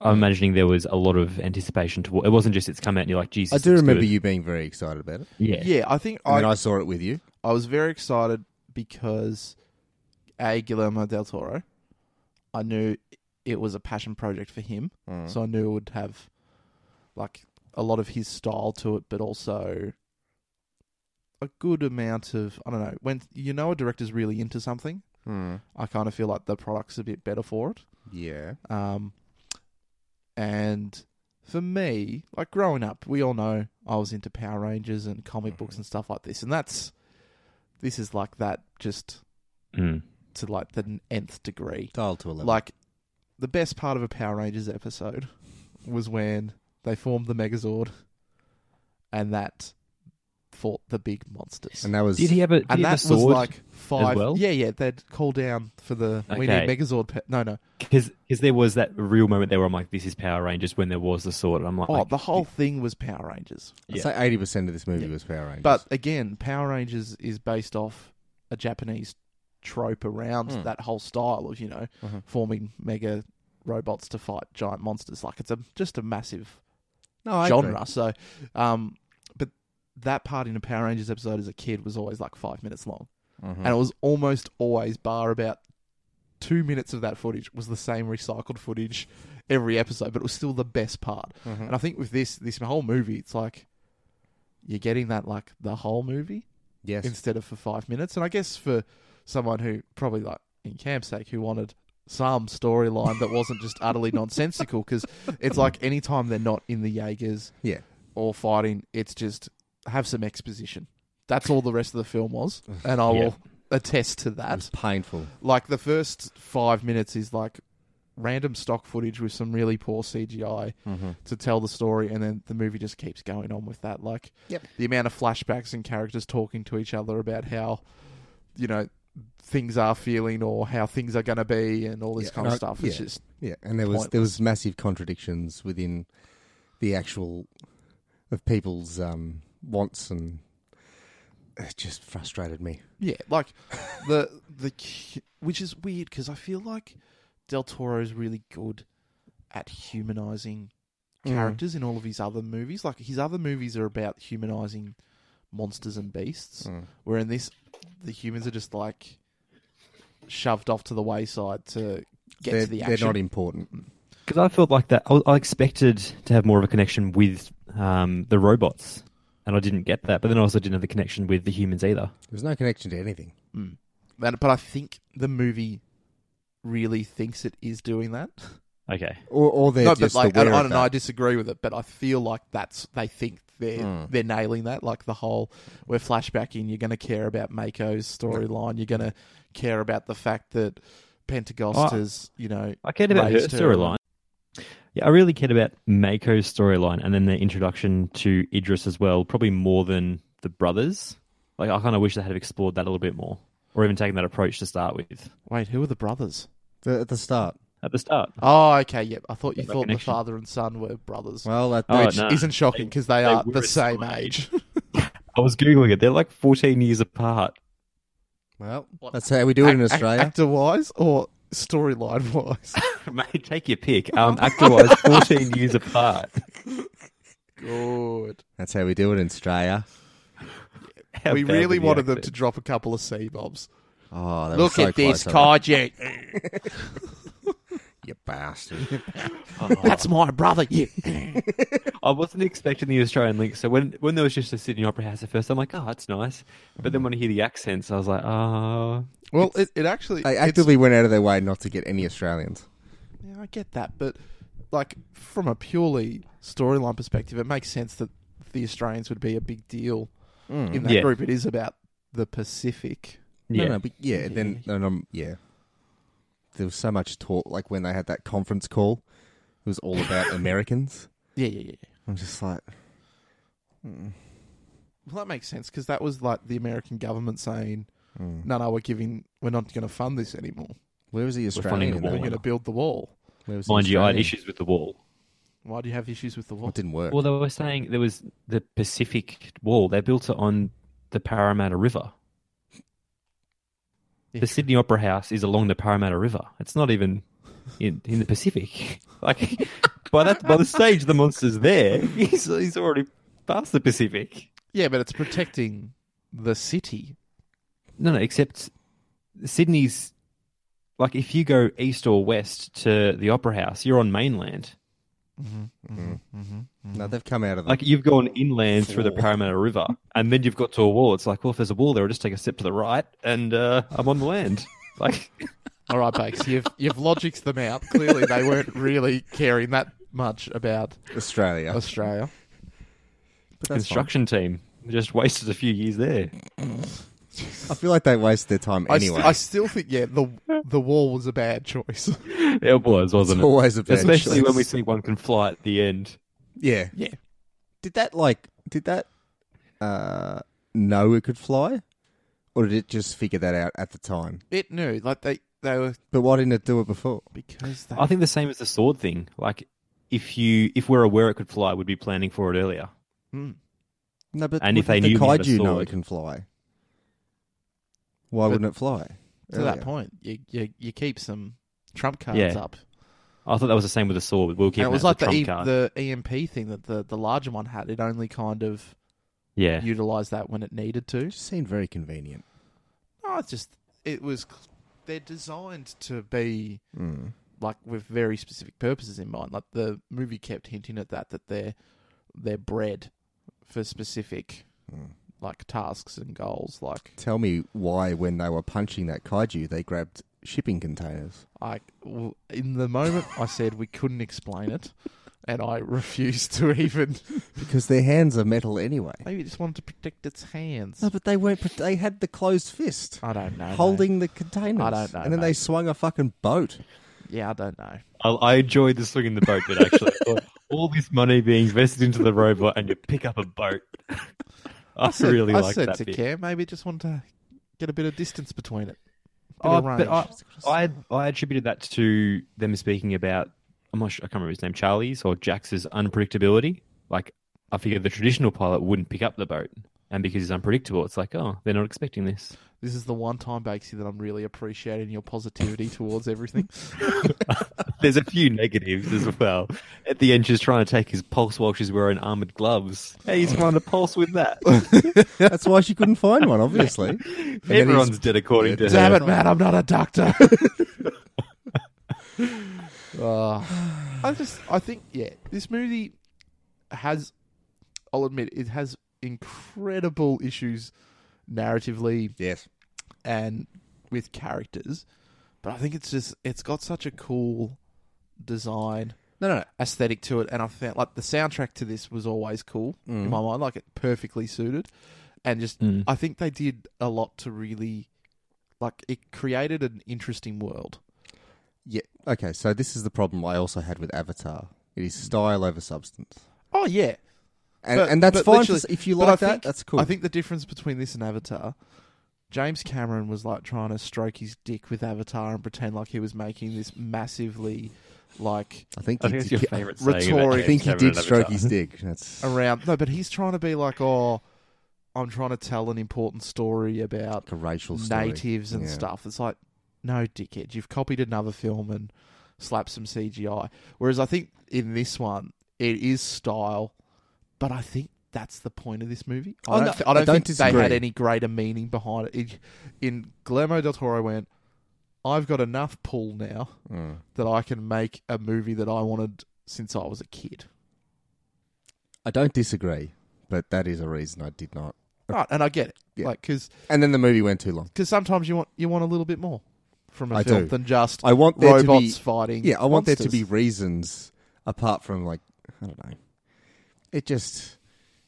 [SPEAKER 3] I'm imagining there was a lot of anticipation to It wasn't just it's come out and you're like, Jesus.
[SPEAKER 2] I do
[SPEAKER 3] it's
[SPEAKER 2] remember
[SPEAKER 3] good.
[SPEAKER 2] you being very excited about it,
[SPEAKER 3] Yeah.
[SPEAKER 1] yeah. I think
[SPEAKER 2] and
[SPEAKER 1] I,
[SPEAKER 2] then I saw it with you.
[SPEAKER 1] I was very excited because a Guillermo del Toro, I knew it was a passion project for him, so I knew it would have like a lot of his style to it, but also a good amount of I don't know when you know a director's really into something.
[SPEAKER 2] Mm.
[SPEAKER 1] I kind of feel like the product's a bit better for it.
[SPEAKER 2] Yeah.
[SPEAKER 1] Um, and for me, like growing up, we all know I was into Power Rangers and comic books and stuff like this, and that's this is like that just
[SPEAKER 3] Mm.
[SPEAKER 1] to like the nth degree.
[SPEAKER 2] Dial to eleven.
[SPEAKER 1] Like the best part of a Power Rangers episode was when they formed the Megazord, and that fought the big monsters.
[SPEAKER 2] and that was.
[SPEAKER 3] Did he have a, did
[SPEAKER 1] And
[SPEAKER 3] he
[SPEAKER 1] that
[SPEAKER 3] have a
[SPEAKER 1] was
[SPEAKER 3] sword?
[SPEAKER 1] like five.
[SPEAKER 3] well?
[SPEAKER 1] Yeah, yeah. They'd call down for the we need
[SPEAKER 3] Okay.
[SPEAKER 1] Megazord. Pe- no, no.
[SPEAKER 3] Because there was that real moment there where I'm like, this is Power Rangers when there was the sword. And I'm like,
[SPEAKER 1] Oh,
[SPEAKER 3] like,
[SPEAKER 1] the whole thing was Power Rangers.
[SPEAKER 2] I'd say eighty percent of this movie was Power Rangers.
[SPEAKER 1] But again, Power Rangers is based off a Japanese trope around
[SPEAKER 2] Hmm.
[SPEAKER 1] that whole style of you know
[SPEAKER 3] Mm-hmm.
[SPEAKER 2] Mhm.
[SPEAKER 1] forming mega robots to fight giant monsters. Like it's a just a massive
[SPEAKER 2] no, I agree.
[SPEAKER 1] genre. So, um, but that part in a Power Rangers episode as a kid was always like five minutes long,
[SPEAKER 2] Mhm.
[SPEAKER 1] and it was almost always bar about two minutes of that footage was the same recycled footage every episode, but it was still the best part.
[SPEAKER 2] Mhm.
[SPEAKER 1] And I think with this this whole movie, it's like you're getting that like the whole movie
[SPEAKER 2] Yes.
[SPEAKER 1] instead of for five minutes. And I guess for someone who probably like in Camp's sake who wanted some storyline that wasn't just utterly nonsensical, because it's like any time they're not in the Jaegers
[SPEAKER 2] Yeah.
[SPEAKER 1] or fighting, it's just have some exposition. That's all the rest of the film was, and I
[SPEAKER 3] Yeah.
[SPEAKER 1] will attest to
[SPEAKER 2] It
[SPEAKER 1] that
[SPEAKER 2] was painful.
[SPEAKER 1] like the first five minutes is like random stock footage with some really poor CGI
[SPEAKER 2] Mm-hmm.
[SPEAKER 1] to tell the story, and then the movie just keeps going on with that. Like
[SPEAKER 2] Yep.
[SPEAKER 1] the amount of flashbacks and characters talking to each other about how you know things are feeling or how things are going to be, and all this
[SPEAKER 2] Yeah,
[SPEAKER 1] kind of
[SPEAKER 2] no,
[SPEAKER 1] stuff. It's
[SPEAKER 2] yeah.
[SPEAKER 1] just
[SPEAKER 2] Yeah, and there was there was massive contradictions within the actual of people's um, wants, and it just frustrated me.
[SPEAKER 1] yeah, like (laughs) the the cu- which is weird because I feel like Del Toro is really good at humanizing
[SPEAKER 2] Mm. Mm-hmm.
[SPEAKER 1] characters in all of his other movies. Like his other movies are about humanizing monsters and beasts,
[SPEAKER 2] Mm.
[SPEAKER 1] where in this, the humans are just like shoved off to the wayside to get
[SPEAKER 2] They're,
[SPEAKER 1] to the
[SPEAKER 2] they're
[SPEAKER 1] action.
[SPEAKER 2] not important.
[SPEAKER 3] Because I felt like that. I, I expected to have more of a connection with um, the robots, and I didn't get that. But then I also didn't have the connection with the humans either.
[SPEAKER 2] There's no connection to anything.
[SPEAKER 1] Mm. And- but I think the movie really thinks it is doing that.
[SPEAKER 3] Okay.
[SPEAKER 2] Or, or (laughs) they're
[SPEAKER 1] no, but
[SPEAKER 2] just
[SPEAKER 1] like I, I
[SPEAKER 2] aware of
[SPEAKER 1] don't know. I
[SPEAKER 2] that.
[SPEAKER 1] disagree with it, but I feel like that's they think they're
[SPEAKER 2] Mm.
[SPEAKER 1] they're nailing that. Like the whole we're flashbacking. You're going to care about Mako's storyline. You're going to care about the fact that Pentecost
[SPEAKER 3] Oh.
[SPEAKER 1] is you know
[SPEAKER 3] I cared about her
[SPEAKER 1] Raised her.
[SPEAKER 3] storyline. Yeah, I really cared about Mako's storyline, and then the introduction to Idris as well. Probably more than the brothers. Like I kind of wish they had explored that a little bit more, or even taken that approach to start with.
[SPEAKER 1] Wait, who are the brothers?
[SPEAKER 2] The- at the start.
[SPEAKER 3] at the start.
[SPEAKER 1] Oh, okay. Yep. I thought you
[SPEAKER 3] Got that
[SPEAKER 1] thought
[SPEAKER 3] connection.
[SPEAKER 1] the father and son were brothers,
[SPEAKER 2] Well, that,
[SPEAKER 3] Oh,
[SPEAKER 1] which
[SPEAKER 3] no.
[SPEAKER 1] isn't shocking because they,
[SPEAKER 3] they
[SPEAKER 1] are
[SPEAKER 3] were
[SPEAKER 1] the
[SPEAKER 3] at
[SPEAKER 1] same
[SPEAKER 3] some
[SPEAKER 1] age.
[SPEAKER 3] I was googling it; they're like fourteen years apart. (laughs)
[SPEAKER 2] well,
[SPEAKER 1] (laughs) What-
[SPEAKER 2] that's how we do it in
[SPEAKER 1] Act-
[SPEAKER 2] Australia.
[SPEAKER 1] actor wise or storyline wise.
[SPEAKER 3] Mate, take your pick. Um, actor-wise, fourteen years apart. (laughs)
[SPEAKER 1] Good.
[SPEAKER 2] that's how we do it in Australia.
[SPEAKER 3] How
[SPEAKER 1] we
[SPEAKER 3] bad
[SPEAKER 1] really
[SPEAKER 3] were the
[SPEAKER 1] wanted them to
[SPEAKER 3] accents?
[SPEAKER 1] drop a couple of C bombs.
[SPEAKER 2] Oh, that was
[SPEAKER 1] Look
[SPEAKER 2] so
[SPEAKER 1] at this
[SPEAKER 2] close, I reckon.
[SPEAKER 1] Kaiju.
[SPEAKER 2] You (laughs) bastard.
[SPEAKER 1] That's my brother. Yeah.
[SPEAKER 3] I wasn't expecting the Australian link. So when when there was just a Sydney Opera House at first, I'm like, oh, that's nice. But then when I hear the accents, I was like, oh,
[SPEAKER 1] (laughs) well, it, it actually.
[SPEAKER 2] they
[SPEAKER 1] it's-
[SPEAKER 2] actively went out of their way not to get any Australians.
[SPEAKER 1] Yeah, I get that, but like from a purely storyline perspective, it makes sense that the Australians would be a big deal
[SPEAKER 2] Mm.
[SPEAKER 1] in that
[SPEAKER 3] Yeah.
[SPEAKER 1] group. It is about the Pacific.
[SPEAKER 3] yeah.
[SPEAKER 2] No, no, but yeah, then and um, yeah, there was so much talk. Like when they had that conference call, it was all (laughs) about Americans.
[SPEAKER 1] Yeah, yeah, yeah.
[SPEAKER 2] I'm just like,
[SPEAKER 1] Well, that makes sense because that was like the American government saying, "No, no, we're giving, we're not going to fund this anymore.
[SPEAKER 2] where is the
[SPEAKER 3] funding
[SPEAKER 2] Australian?
[SPEAKER 3] the
[SPEAKER 1] We're
[SPEAKER 3] wall
[SPEAKER 2] though?
[SPEAKER 1] going to build the wall."
[SPEAKER 2] Where was the
[SPEAKER 3] mind you, I had
[SPEAKER 2] Australian? Oh,
[SPEAKER 3] issues with the wall.
[SPEAKER 1] Why do you have issues with the wall?
[SPEAKER 2] It didn't work.
[SPEAKER 3] Well, they were saying there was the Pacific Wall. They built it on the Parramatta River.
[SPEAKER 1] Yeah.
[SPEAKER 3] The Sydney Opera House is along the Parramatta River. It's not even in, in the Pacific. (laughs) Like by that by the stage the monster's there. (laughs) He's he's already past the Pacific.
[SPEAKER 1] Yeah, but it's protecting the city.
[SPEAKER 3] No, no, except Sydney's like if you go east or west to the Opera House, you're on mainland.
[SPEAKER 2] no, they've come out of the
[SPEAKER 3] Like you've gone inland through the Parramatta River, and then you've got to a wall. It's like, well, if there's a wall there, I'll just take a step to the right, and uh, I'm on the land. (laughs) Like,
[SPEAKER 1] All right, Bakes, you've you've logics them out. Clearly, they weren't really caring that much about
[SPEAKER 2] Australia.
[SPEAKER 1] Australia.
[SPEAKER 2] But that's fine.
[SPEAKER 3] construction team just wasted a few years there.
[SPEAKER 2] I feel like they waste their time
[SPEAKER 1] I st-
[SPEAKER 2] anyway.
[SPEAKER 1] I still think yeah, the the wall was a bad choice. (laughs)
[SPEAKER 3] It was, wasn't
[SPEAKER 2] it's
[SPEAKER 3] it?
[SPEAKER 2] always a bad
[SPEAKER 3] Especially when we
[SPEAKER 2] choice.
[SPEAKER 3] see one can fly at the end.
[SPEAKER 2] yeah
[SPEAKER 1] yeah,
[SPEAKER 2] did that like did that uh know it could fly, or did it just figure that out at the time?
[SPEAKER 1] it knew like they they were
[SPEAKER 2] But why didn't it do it before?
[SPEAKER 1] because they.
[SPEAKER 3] I think the same as the sword thing. Like, if you if we're aware it could fly, we'd be planning for it earlier.
[SPEAKER 1] Mm.
[SPEAKER 2] No, but
[SPEAKER 3] And
[SPEAKER 2] wouldn't
[SPEAKER 3] if they
[SPEAKER 2] the
[SPEAKER 3] knew he had a
[SPEAKER 2] kaiju know
[SPEAKER 3] sword?
[SPEAKER 2] it can fly, why
[SPEAKER 1] But-
[SPEAKER 2] wouldn't it fly?
[SPEAKER 1] to that
[SPEAKER 2] earlier?
[SPEAKER 1] point, you, you you keep some trump cards
[SPEAKER 3] Yeah.
[SPEAKER 1] up.
[SPEAKER 3] I thought that was the same with the sword. We'll keep
[SPEAKER 1] And it was
[SPEAKER 3] that
[SPEAKER 1] like
[SPEAKER 3] as a
[SPEAKER 1] the, e-
[SPEAKER 3] trump card.
[SPEAKER 1] the EMP thing that the, the larger one had. It only kind of
[SPEAKER 3] yeah,
[SPEAKER 1] utilized that when it needed to.
[SPEAKER 2] It just seemed very convenient.
[SPEAKER 1] No, it's just it was. cl- They're designed to be
[SPEAKER 2] Mm,
[SPEAKER 1] like with very specific purposes in mind. Like the movie kept hinting at that that they're they're bred for specific
[SPEAKER 2] mm.
[SPEAKER 1] like tasks and goals. Like
[SPEAKER 2] Tell me why, when they were punching that kaiju, they grabbed shipping containers.
[SPEAKER 1] I w- in the moment I said we couldn't explain it, and I (laughs) refused to even.
[SPEAKER 2] Because their hands are metal anyway.
[SPEAKER 1] Maybe it just wanted to protect its hands.
[SPEAKER 2] No, but they weren't. pro- They had the closed fist
[SPEAKER 1] I don't know. mate.
[SPEAKER 2] holding the containers.
[SPEAKER 1] I don't know,
[SPEAKER 2] And then
[SPEAKER 1] mate.
[SPEAKER 2] they swung a fucking (laughs) boat.
[SPEAKER 1] Yeah, I don't know.
[SPEAKER 3] I, I enjoyed the swinging the boat bit actually. I thought, All this money being invested into the robot, and you pick up a boat. I,
[SPEAKER 1] said-
[SPEAKER 3] really
[SPEAKER 1] I
[SPEAKER 3] like
[SPEAKER 1] said
[SPEAKER 3] that
[SPEAKER 1] to
[SPEAKER 3] bit.
[SPEAKER 1] Cam, maybe just want to get a bit of distance between it. Bit
[SPEAKER 3] Oh,
[SPEAKER 1] of range.
[SPEAKER 3] but I, I I attributed that to them speaking about I'm not sure, I can't remember his name Charlie's or Jax's unpredictability. Like I figured the traditional pilot wouldn't pick up the boat, and because he's unpredictable, it's like oh they're not expecting this.
[SPEAKER 1] This is the one time, Bakesy, that I'm really appreciating your positivity towards
[SPEAKER 3] (laughs)
[SPEAKER 1] everything.
[SPEAKER 3] (laughs) There's a few negatives as well. At the end, she's trying to take his pulse while she's wearing armored gloves. Hey, he's trying to pulse with (laughs) that.
[SPEAKER 2] That's why she couldn't find one, (laughs) obviously. then
[SPEAKER 3] Everyone's dead according to
[SPEAKER 1] Damn
[SPEAKER 3] her.
[SPEAKER 1] it, man, I'm not a
[SPEAKER 3] (laughs)
[SPEAKER 1] doctor. (laughs) Uh, I just, I think, yeah, this movie has, I'll admit, it has incredible issues narratively
[SPEAKER 2] Yes.
[SPEAKER 1] and with characters, but I think it's just, it's got such a cool design.
[SPEAKER 2] No, no, no.
[SPEAKER 1] aesthetic to it, and I found like the soundtrack to this was always cool
[SPEAKER 2] Mm.
[SPEAKER 1] in my mind, like it perfectly suited, and just
[SPEAKER 3] Mm.
[SPEAKER 1] I think they did a lot to really, like it created an interesting world.
[SPEAKER 2] Yeah. Okay, so this is the problem I also had with Avatar. It is style over substance.
[SPEAKER 1] Oh yeah,
[SPEAKER 2] And,
[SPEAKER 1] But-
[SPEAKER 2] and that's
[SPEAKER 1] but
[SPEAKER 2] fine.
[SPEAKER 1] literally-
[SPEAKER 2] If you
[SPEAKER 1] but I
[SPEAKER 2] like that,
[SPEAKER 1] think-
[SPEAKER 2] that's cool.
[SPEAKER 1] I think the difference between this and Avatar James Cameron was like trying to stroke his dick with Avatar and pretend like he was making this massively like
[SPEAKER 2] I think
[SPEAKER 3] I
[SPEAKER 2] he
[SPEAKER 3] think it's
[SPEAKER 2] did,
[SPEAKER 3] your favourite
[SPEAKER 1] saying
[SPEAKER 3] saying.
[SPEAKER 1] about
[SPEAKER 2] (laughs) I
[SPEAKER 1] rhetoric.
[SPEAKER 2] think he did stroke his dick. That's
[SPEAKER 1] around no, but he's trying to be like, oh, I'm trying to tell an important story about
[SPEAKER 2] like a racial story.
[SPEAKER 1] natives and
[SPEAKER 2] Yeah.
[SPEAKER 1] stuff. It's like, no, dickhead, you've copied another film and slapped some CGI. Whereas I think in this one, it is style, but I think that's the point of this movie. I
[SPEAKER 2] Oh,
[SPEAKER 1] don't,
[SPEAKER 2] no,
[SPEAKER 1] thi- I don't,
[SPEAKER 2] I don't
[SPEAKER 1] think they had
[SPEAKER 2] disagree.
[SPEAKER 1] any greater meaning behind it. it. In Guillermo del Toro went, I've got enough pull now
[SPEAKER 2] Mm.
[SPEAKER 1] that I can make a movie that I wanted since I was a kid.
[SPEAKER 2] I don't disagree, but that is a reason I did not.
[SPEAKER 1] Right, and I get it,
[SPEAKER 2] Yeah.
[SPEAKER 1] like because
[SPEAKER 2] And then the movie went too long.
[SPEAKER 1] sometimes you want you want a little bit more from a
[SPEAKER 2] I
[SPEAKER 1] film
[SPEAKER 2] do.
[SPEAKER 1] than just
[SPEAKER 2] I want there
[SPEAKER 1] robots
[SPEAKER 2] to
[SPEAKER 1] fighting.
[SPEAKER 2] be yeah, I want there to
[SPEAKER 1] monsters.
[SPEAKER 2] be reasons apart from like I don't know. It just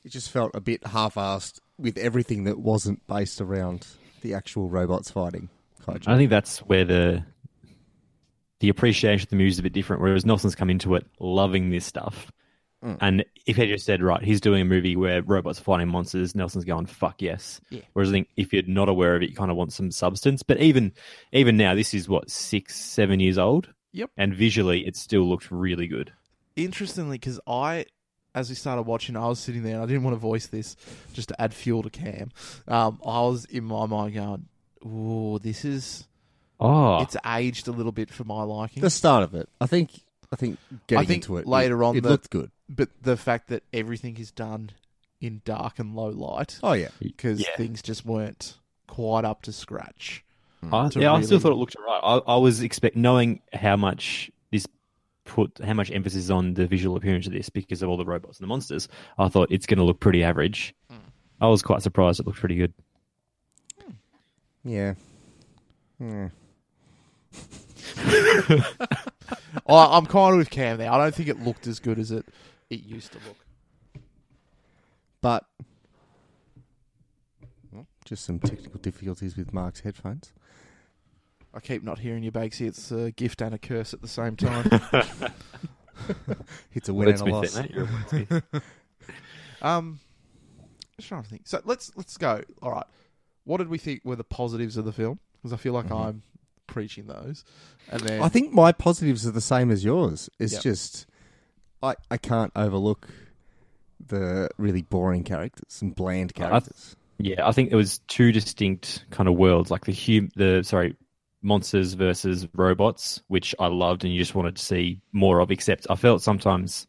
[SPEAKER 2] it just felt a bit half-assed with everything that wasn't based around the actual robots fighting. Kaiju.
[SPEAKER 3] I think that's where the the appreciation of the movie is a bit different. Whereas Nelson's come into it loving this stuff, and if he just said, "Right, he's doing a movie where robots are fighting monsters," Nelson's going, "Fuck yes."
[SPEAKER 1] Yeah.
[SPEAKER 3] Whereas I think if you're not aware of it, you kind of want some substance. But even even now, this is what six, seven years old.
[SPEAKER 1] Yep.
[SPEAKER 3] And visually, it still looked really good.
[SPEAKER 1] interestingly because I, as we started watching, I was sitting there and I didn't want to voice this just to add fuel to Cam. Um, I was in my mind going, "Ooh, this is
[SPEAKER 2] Ah.
[SPEAKER 3] Oh,
[SPEAKER 1] it's aged a little bit for my liking."
[SPEAKER 2] the start of it. I think I think getting
[SPEAKER 1] think
[SPEAKER 2] into it
[SPEAKER 1] later
[SPEAKER 2] it-
[SPEAKER 1] on
[SPEAKER 2] it
[SPEAKER 1] the-
[SPEAKER 2] looked good.
[SPEAKER 1] but the fact that everything is done in dark and low light
[SPEAKER 2] Oh yeah.
[SPEAKER 1] because
[SPEAKER 3] Yeah.
[SPEAKER 1] things just weren't quite up to scratch.
[SPEAKER 3] I,
[SPEAKER 1] to
[SPEAKER 3] yeah, I still
[SPEAKER 1] really-
[SPEAKER 3] thought it looked alright. I, I was expect knowing how much this put how much emphasis is on the visual appearance of this because of all the robots and the monsters. I thought it's going to look pretty average. I was quite surprised it looked pretty good.
[SPEAKER 2] Yeah. Yeah.
[SPEAKER 1] I, I'm kind of with Cam there. I don't think it looked as good as it it used to look.
[SPEAKER 2] But just some technical difficulties with Mark's headphones.
[SPEAKER 1] I keep not hearing you, Bakesy. It's a gift and a curse at the (laughs) same time.
[SPEAKER 2] It's a win and a
[SPEAKER 3] Wordsmith
[SPEAKER 2] loss.
[SPEAKER 3] it, mate. You're a wordsmith.
[SPEAKER 1] Um, just trying to think. So let's let's go. All right, what did we think were the positives of the film? Because I feel like I'm preaching those, and then
[SPEAKER 2] I think my positives are the same as yours. It's
[SPEAKER 1] Yep.
[SPEAKER 2] just I I can't overlook the really boring characters and bland
[SPEAKER 3] I-
[SPEAKER 2] characters.
[SPEAKER 3] (laughs) yeah, I think it was two distinct kind of worlds, like the hum- the sorry monsters versus robots, which I loved and you just wanted to see more of. Except I felt sometimes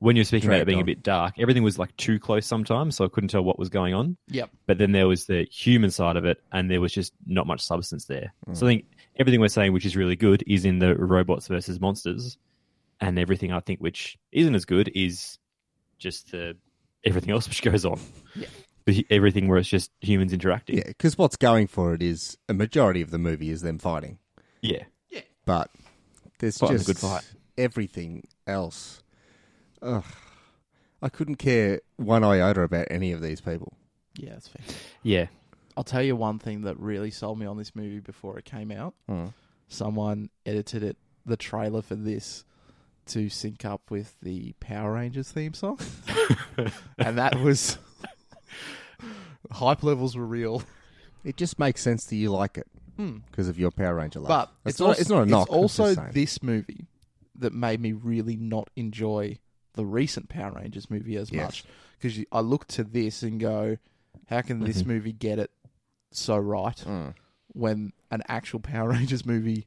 [SPEAKER 3] when you're speaking about it
[SPEAKER 2] Dragged
[SPEAKER 3] being a
[SPEAKER 2] on.
[SPEAKER 3] bit dark, everything was like too close sometimes, so I couldn't tell what was going on.
[SPEAKER 1] yep,
[SPEAKER 3] but then there was the human side of it, and there was just not much substance there. So I think everything we're saying, which is really good, is in the robots versus monsters, and everything I think which isn't as good is just the everything else which (laughs) goes on.
[SPEAKER 1] Yeah.
[SPEAKER 3] The hu- everything where it's just humans interacting.
[SPEAKER 2] yeah, because what's going for it is a majority of the movie is them fighting,
[SPEAKER 3] yeah.
[SPEAKER 2] but there's
[SPEAKER 3] Fighting's
[SPEAKER 2] just
[SPEAKER 3] a good fight.
[SPEAKER 2] everything else. Ugh. I couldn't care one iota about any of these people.
[SPEAKER 1] yeah, that's fair.
[SPEAKER 3] Yeah.
[SPEAKER 1] I'll tell you one thing that really sold me on this movie before it came out.
[SPEAKER 3] Hmm.
[SPEAKER 2] Mm.
[SPEAKER 1] Someone edited it, the trailer for this, to sync up with the Power Rangers theme (laughs) song, and that was (laughs) hype levels were real.
[SPEAKER 2] It just makes sense that you like it
[SPEAKER 1] Mm.
[SPEAKER 2] because of your Power Ranger love.
[SPEAKER 1] But
[SPEAKER 2] it's, not, it's not a knock.
[SPEAKER 1] It's
[SPEAKER 2] I'm just
[SPEAKER 1] also
[SPEAKER 2] saying.
[SPEAKER 1] this movie that made me really not enjoy the recent Power Rangers movie as
[SPEAKER 2] Yes.
[SPEAKER 1] much because I look to this and go, how can this
[SPEAKER 2] Mm-hmm.
[SPEAKER 1] movie get it so right
[SPEAKER 2] Mm.
[SPEAKER 1] when an actual Power (laughs) Rangers movie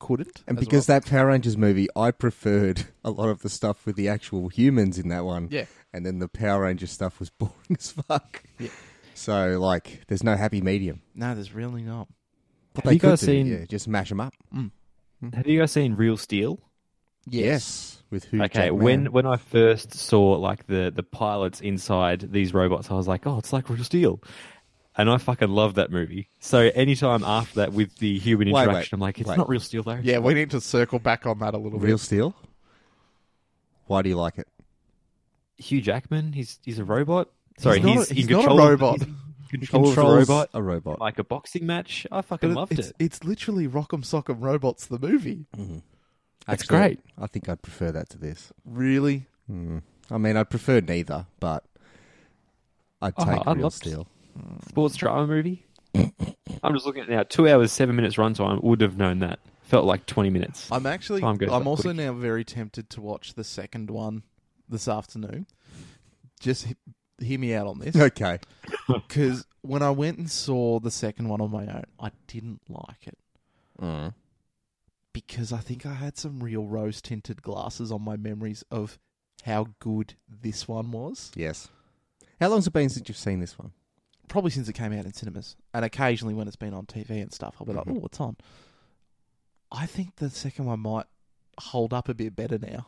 [SPEAKER 1] couldn't?
[SPEAKER 2] And
[SPEAKER 1] as
[SPEAKER 2] because
[SPEAKER 1] well?
[SPEAKER 2] that Power Rangers movie, I preferred (laughs) a lot of the stuff with the actual humans in that one.
[SPEAKER 1] Yeah.
[SPEAKER 2] And then the Power Ranger stuff was (laughs) boring as fuck.
[SPEAKER 1] Yeah.
[SPEAKER 2] So, like, there's no happy medium.
[SPEAKER 1] no, there's really not.
[SPEAKER 2] What
[SPEAKER 3] Have you guys
[SPEAKER 2] do,
[SPEAKER 3] seen-
[SPEAKER 2] Yeah, just mash them up.
[SPEAKER 3] Have you guys seen Real Steel?
[SPEAKER 2] With who?
[SPEAKER 3] Okay, when when I first saw like the the pilots inside these robots, I was like, oh, it's like Real Steel, and I fucking love that movie. So anytime after that with the human
[SPEAKER 2] Wait, wait,
[SPEAKER 3] interaction, I'm like, it's
[SPEAKER 2] wait.
[SPEAKER 3] not Real Steel, Larry.
[SPEAKER 1] Yeah, we need to circle back on that a little
[SPEAKER 2] Real
[SPEAKER 1] bit.
[SPEAKER 2] Steel. Why do you like it?
[SPEAKER 3] Hugh Jackman, he's he's a robot.
[SPEAKER 2] (laughs)
[SPEAKER 3] Sorry,
[SPEAKER 1] not
[SPEAKER 3] he's,
[SPEAKER 1] a-
[SPEAKER 3] in
[SPEAKER 1] he's not a
[SPEAKER 3] control of-
[SPEAKER 1] robot.
[SPEAKER 3] he's in Control of Oh, a
[SPEAKER 2] Controls
[SPEAKER 3] robot,
[SPEAKER 2] A robot.
[SPEAKER 3] like a boxing match. I fucking
[SPEAKER 1] (laughs) But
[SPEAKER 3] loved
[SPEAKER 1] it's,
[SPEAKER 3] it.
[SPEAKER 1] it's literally Rock'em Sock'em Robots, the movie.
[SPEAKER 3] That's
[SPEAKER 2] Mm-hmm. Actually,
[SPEAKER 3] great.
[SPEAKER 2] I think I'd prefer that to this.
[SPEAKER 1] Really?
[SPEAKER 2] Mm. I mean, I'd prefer neither, but I'd
[SPEAKER 3] Oh,
[SPEAKER 2] take
[SPEAKER 3] I'd
[SPEAKER 2] Real
[SPEAKER 3] love to-
[SPEAKER 2] Steel.
[SPEAKER 1] (laughs)
[SPEAKER 3] Sports drama movie. I'm just looking at it now. Two hours, seven minutes runtime. Would have known that. Felt like 20 minutes.
[SPEAKER 1] I'm actually.
[SPEAKER 3] Time goes
[SPEAKER 1] I'm
[SPEAKER 3] by
[SPEAKER 1] also
[SPEAKER 3] quick.
[SPEAKER 1] now very tempted to watch the second one this afternoon. Just he- hear me out on this,
[SPEAKER 2] (laughs) Okay.
[SPEAKER 1] because when I went and saw the second one on my own, I didn't like it Hmm.
[SPEAKER 2] Mm.
[SPEAKER 1] because I think I had some real rose tinted glasses on my memories of how good this one was.
[SPEAKER 2] Yes. How long's it been since you've seen this one?
[SPEAKER 1] Probably since it came out in cinemas, and occasionally when it's been on TV and stuff, I'll be like,
[SPEAKER 2] Mhm.
[SPEAKER 1] "Oh, it's on." I think the second one might hold up a bit better now.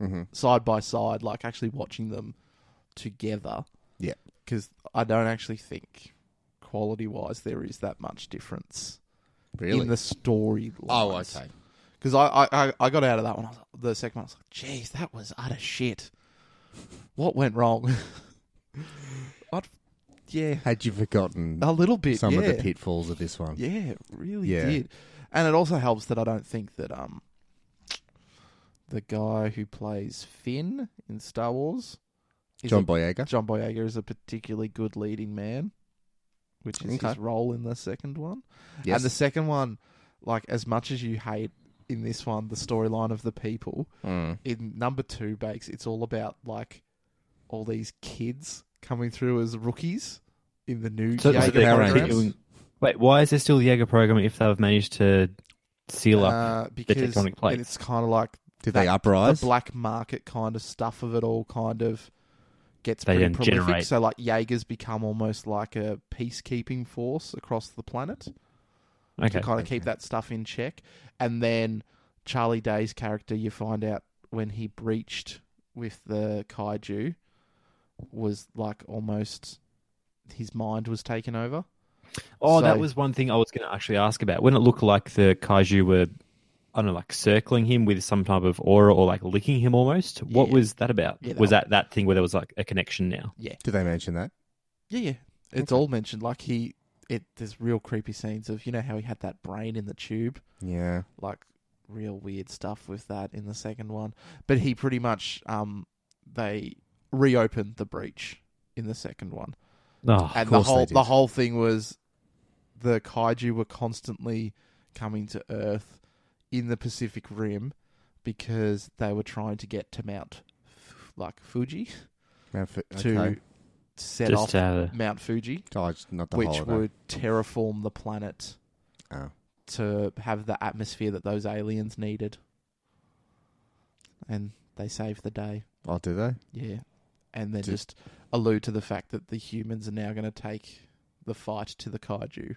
[SPEAKER 2] Mm-hmm.
[SPEAKER 1] side by side, like actually watching them together.
[SPEAKER 2] Yeah.
[SPEAKER 1] Because I don't actually think quality wise there is that much difference in the story.
[SPEAKER 2] oh, okay.
[SPEAKER 1] Because I, I- I, I got out of that one. I was, the second one, I was like, "Jeez, that was utter shit. What went wrong? (laughs) I'd, yeah,
[SPEAKER 2] Had you forgotten
[SPEAKER 1] a little bit.
[SPEAKER 2] some of
[SPEAKER 1] Oh, yeah.
[SPEAKER 2] the pitfalls of this one?
[SPEAKER 1] Yeah, it really
[SPEAKER 2] Yeah.
[SPEAKER 1] did. And it also helps that I don't think that um the guy who plays Finn in Star Wars is
[SPEAKER 2] John
[SPEAKER 1] a-
[SPEAKER 2] Boyega?
[SPEAKER 1] John Boyega is a particularly good leading man, which is
[SPEAKER 2] Okay.
[SPEAKER 1] his role in the second one.
[SPEAKER 2] Yes.
[SPEAKER 1] And the second one, like as much as you hate in this one the storyline of the people,
[SPEAKER 2] Mm.
[SPEAKER 1] in number 2 bakes it's all about like all these kids coming through as rookies in the new
[SPEAKER 3] So,
[SPEAKER 2] Yeah,
[SPEAKER 3] so
[SPEAKER 1] Jaeger
[SPEAKER 3] they're
[SPEAKER 2] Power Rangers.
[SPEAKER 1] programs.
[SPEAKER 3] continuing. Wait, why is there still the Jaeger program if they've managed to seal up?
[SPEAKER 1] Uh, because
[SPEAKER 3] tectonic plates.
[SPEAKER 1] and it's kind of like
[SPEAKER 2] Did
[SPEAKER 1] that-
[SPEAKER 2] they uprise?
[SPEAKER 1] the black market kind of stuff of it all kind of gets
[SPEAKER 3] They
[SPEAKER 1] pretty
[SPEAKER 3] then
[SPEAKER 1] prolific.
[SPEAKER 3] generate-
[SPEAKER 1] So like Jaegers become almost like a peacekeeping force across the planet
[SPEAKER 3] okay.
[SPEAKER 1] to kind of keep that stuff in check. And then Charlie Day's character, you find out when he breached with the kaiju, was like almost his mind was taken over.
[SPEAKER 3] Oh,
[SPEAKER 1] So-
[SPEAKER 3] that was one thing I was going to actually ask about. When it looked like the kaiju were, I don't know, like circling him with some type of aura or like licking him almost. What
[SPEAKER 1] Yeah.
[SPEAKER 3] was that about?
[SPEAKER 1] Yeah, that
[SPEAKER 3] was that that thing where there was like a connection now?
[SPEAKER 2] Did they mention that?
[SPEAKER 1] Yeah, yeah. It's all mentioned. Like he, it. There's real creepy scenes of you know how he had that brain in the tube.
[SPEAKER 2] Yeah.
[SPEAKER 1] like real weird stuff with that in the second one. But he pretty much um they reopened the breach in the second one.
[SPEAKER 3] Oh,
[SPEAKER 1] and the
[SPEAKER 2] Ah, course they
[SPEAKER 1] whole
[SPEAKER 2] did.
[SPEAKER 1] the whole thing was the kaiju were constantly coming to Earth in the Pacific Rim because they were trying to get to Mount F- like Fuji
[SPEAKER 2] Now for-
[SPEAKER 1] to
[SPEAKER 2] okay.
[SPEAKER 1] set
[SPEAKER 3] just
[SPEAKER 1] off
[SPEAKER 3] to have a-
[SPEAKER 1] Mount Fuji,
[SPEAKER 2] Oh, it's not the
[SPEAKER 1] which
[SPEAKER 2] holiday.
[SPEAKER 1] would terraform the planet
[SPEAKER 2] Oh.
[SPEAKER 1] to have the atmosphere that those aliens needed. And they saved the day.
[SPEAKER 2] Oh, do they?
[SPEAKER 1] Yeah. And then
[SPEAKER 2] Did-
[SPEAKER 1] just allude to the fact that the humans are now going to take the fight to the kaiju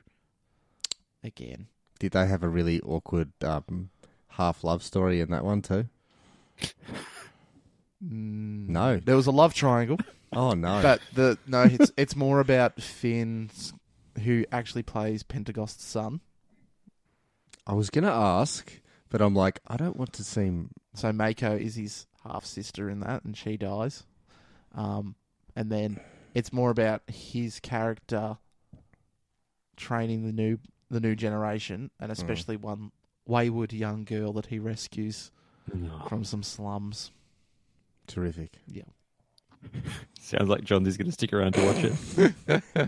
[SPEAKER 1] again.
[SPEAKER 2] Did they have a really awkward um, half love story in that one too?
[SPEAKER 1] Mm,
[SPEAKER 2] No.
[SPEAKER 1] There was a love triangle,
[SPEAKER 2] Oh no.
[SPEAKER 1] but the no, it's it's more about Finn who actually plays Pentagost's son.
[SPEAKER 2] I was gonna ask, but I'm like, I don't want to seem
[SPEAKER 1] So Mako is his half sister in that, and she dies. Um, and then it's more about his character training the new the new generation,
[SPEAKER 2] Hmm.
[SPEAKER 1] and especially one wayward young girl that he rescues
[SPEAKER 3] No.
[SPEAKER 1] from some slums. (laughs)
[SPEAKER 2] terrific.
[SPEAKER 1] Yeah,
[SPEAKER 3] (laughs) Sounds like John's going to stick around to watch it.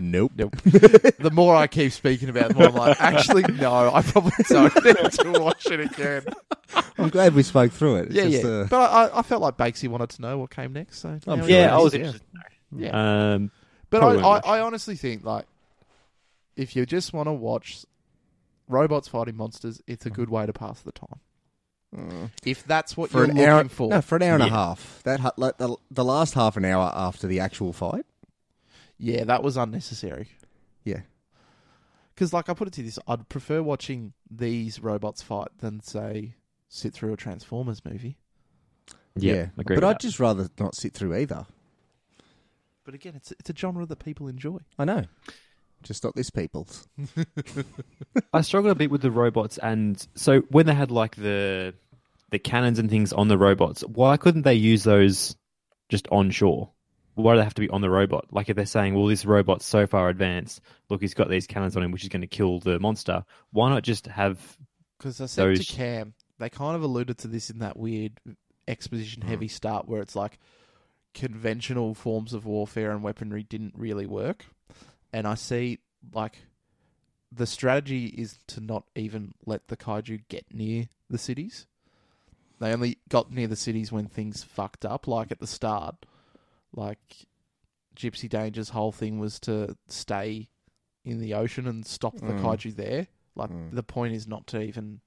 [SPEAKER 1] (laughs)
[SPEAKER 2] nope.
[SPEAKER 1] Nope. the more I keep speaking about, it, the more I'm
[SPEAKER 2] (laughs)
[SPEAKER 1] like, actually, no, I probably don't (laughs) need to watch it again.
[SPEAKER 2] (laughs) I'm glad we spoke through it. It's
[SPEAKER 1] yeah,
[SPEAKER 2] just,
[SPEAKER 1] yeah.
[SPEAKER 2] uh,
[SPEAKER 1] But I, I felt like Bakesy wanted to know what came next, so
[SPEAKER 2] I'm
[SPEAKER 1] now he
[SPEAKER 3] yeah,
[SPEAKER 1] knows.
[SPEAKER 3] I was
[SPEAKER 2] Yeah.
[SPEAKER 3] interested.
[SPEAKER 1] yeah.
[SPEAKER 3] Um,
[SPEAKER 1] But I,
[SPEAKER 3] Probably won't
[SPEAKER 1] I, I honestly think like if you just want to watch robots fighting monsters, it's a good way to pass the time. If that's what
[SPEAKER 2] for
[SPEAKER 1] you're
[SPEAKER 2] an
[SPEAKER 1] looking
[SPEAKER 2] hour,
[SPEAKER 1] for,
[SPEAKER 2] oh. no, for an hour and a
[SPEAKER 3] Yeah.
[SPEAKER 2] half. That hu- like, the, the last half an hour after the actual fight.
[SPEAKER 1] yeah, that was unnecessary.
[SPEAKER 2] Yeah.
[SPEAKER 1] Because like I put it to you this, I'd prefer watching these robots fight than say sit through a Transformers movie.
[SPEAKER 3] yeah, agree.
[SPEAKER 2] But
[SPEAKER 3] with
[SPEAKER 2] I'd
[SPEAKER 3] that.
[SPEAKER 2] just rather not sit through either.
[SPEAKER 1] But again, it's it's a genre that people enjoy.
[SPEAKER 2] I know. Just not this people's.
[SPEAKER 3] I struggled a bit with the robots, and so when they had like the the cannons and things on the robots, why couldn't they use those just on shore? Why do they have to be on the robot? Like if they're saying, "Well, this robot's so far advanced. Look, he's got these cannons on him, which is going to kill the monster." Why not just have?
[SPEAKER 1] Because I said
[SPEAKER 3] Those-
[SPEAKER 1] to Cam, they kind of alluded to this in that weird exposition heavy start where it's like conventional forms of warfare and weaponry didn't really work. And I see like the strategy is to not even let the kaiju get near the cities. They only got near the cities when things fucked up, like at the start. Like Gypsy Danger's whole thing was to stay in the ocean and stop the
[SPEAKER 2] Mm.
[SPEAKER 1] kaiju there. Like
[SPEAKER 2] Mm.
[SPEAKER 1] the point is not to even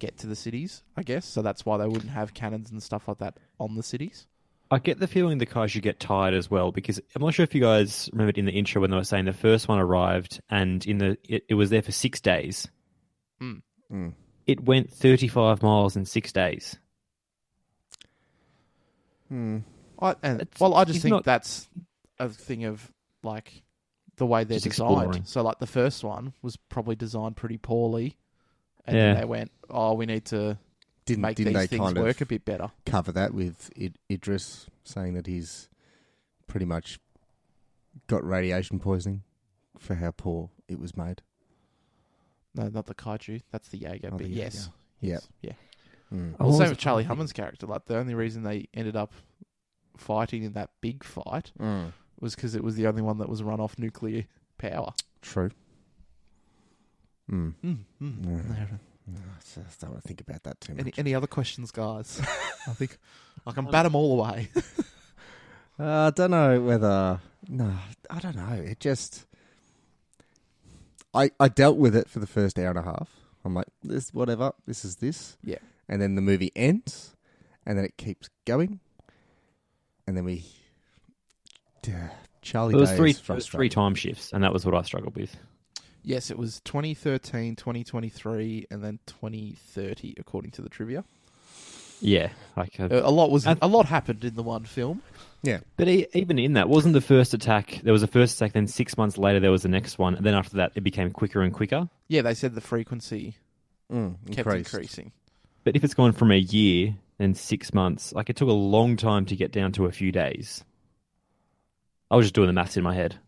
[SPEAKER 1] get to the cities, I guess. So that's why they wouldn't have cannons and stuff like that on the cities.
[SPEAKER 3] I get the feeling the guys should get tired as well because I'm not sure if you guys remembered in the intro when they were saying the first one arrived and in the it, it was there for six days.
[SPEAKER 2] Mm.
[SPEAKER 3] It went 35 miles in six days.
[SPEAKER 2] Mm.
[SPEAKER 1] I, and
[SPEAKER 3] It's-
[SPEAKER 1] well, I just
[SPEAKER 3] it's
[SPEAKER 1] think
[SPEAKER 3] not-
[SPEAKER 1] that's a thing of like the way they're
[SPEAKER 3] Just
[SPEAKER 1] designed.
[SPEAKER 3] exploring.
[SPEAKER 1] So, like the first one was probably designed pretty poorly, and
[SPEAKER 3] Yeah.
[SPEAKER 1] then they went, "Oh, we need to
[SPEAKER 2] Didn't
[SPEAKER 1] make
[SPEAKER 2] didn't
[SPEAKER 1] these
[SPEAKER 2] they
[SPEAKER 1] things
[SPEAKER 2] kind
[SPEAKER 1] work
[SPEAKER 2] of
[SPEAKER 1] a bit better."
[SPEAKER 2] cover that with Id- Idris saying that he's pretty much got radiation poisoning for how poor it was made.
[SPEAKER 1] No, not the kaiju. That's the Jaeger.
[SPEAKER 2] Oh,
[SPEAKER 1] but
[SPEAKER 2] the Jaeger.
[SPEAKER 1] yes,
[SPEAKER 2] Yeah.
[SPEAKER 1] Yes. yeah.
[SPEAKER 2] Mm.
[SPEAKER 3] Oh,
[SPEAKER 1] Well,
[SPEAKER 3] what
[SPEAKER 1] same
[SPEAKER 3] was
[SPEAKER 1] with
[SPEAKER 3] it?
[SPEAKER 1] Charlie Hunnam's character. Like the only reason they ended up fighting in that big fight
[SPEAKER 2] Mm.
[SPEAKER 1] was because it was the only one that was run off nuclear power.
[SPEAKER 2] True. Mm.
[SPEAKER 1] Mm, mm.
[SPEAKER 2] Yeah.
[SPEAKER 1] No,
[SPEAKER 2] No, I just don't want to think about that too much.
[SPEAKER 1] Any any other questions, (laughs) guys? I think I can bat them all away. (laughs)
[SPEAKER 2] Uh, I don't know whether. No, I don't know. It just. I I dealt with it for the first hour and a half. I'm like, this whatever. This is this.
[SPEAKER 1] Yeah.
[SPEAKER 2] And then the movie ends, and then it keeps going, and then we. Yeah, Charlie.
[SPEAKER 3] There was
[SPEAKER 2] Day
[SPEAKER 3] three
[SPEAKER 2] is
[SPEAKER 3] there was three
[SPEAKER 2] frustrating.
[SPEAKER 3] time shifts and that was what I struggled with.
[SPEAKER 1] Yes, it was 2013, 2023, and then 2030, according to the trivia.
[SPEAKER 3] Yeah, like uh,
[SPEAKER 1] Uh, A lot was
[SPEAKER 3] And-
[SPEAKER 1] a lot happened in the one film.
[SPEAKER 3] But e- even in that, wasn't the first attack? There was a first attack. Then six months later, there was the next one, and then after that, it became quicker and quicker.
[SPEAKER 1] Yeah, they said the frequency
[SPEAKER 2] Mm,
[SPEAKER 1] kept
[SPEAKER 2] increased.
[SPEAKER 1] increasing.
[SPEAKER 3] But if it's gone from a year and six months, like it took a long time to get down to a few days. I was just doing the maths in my head.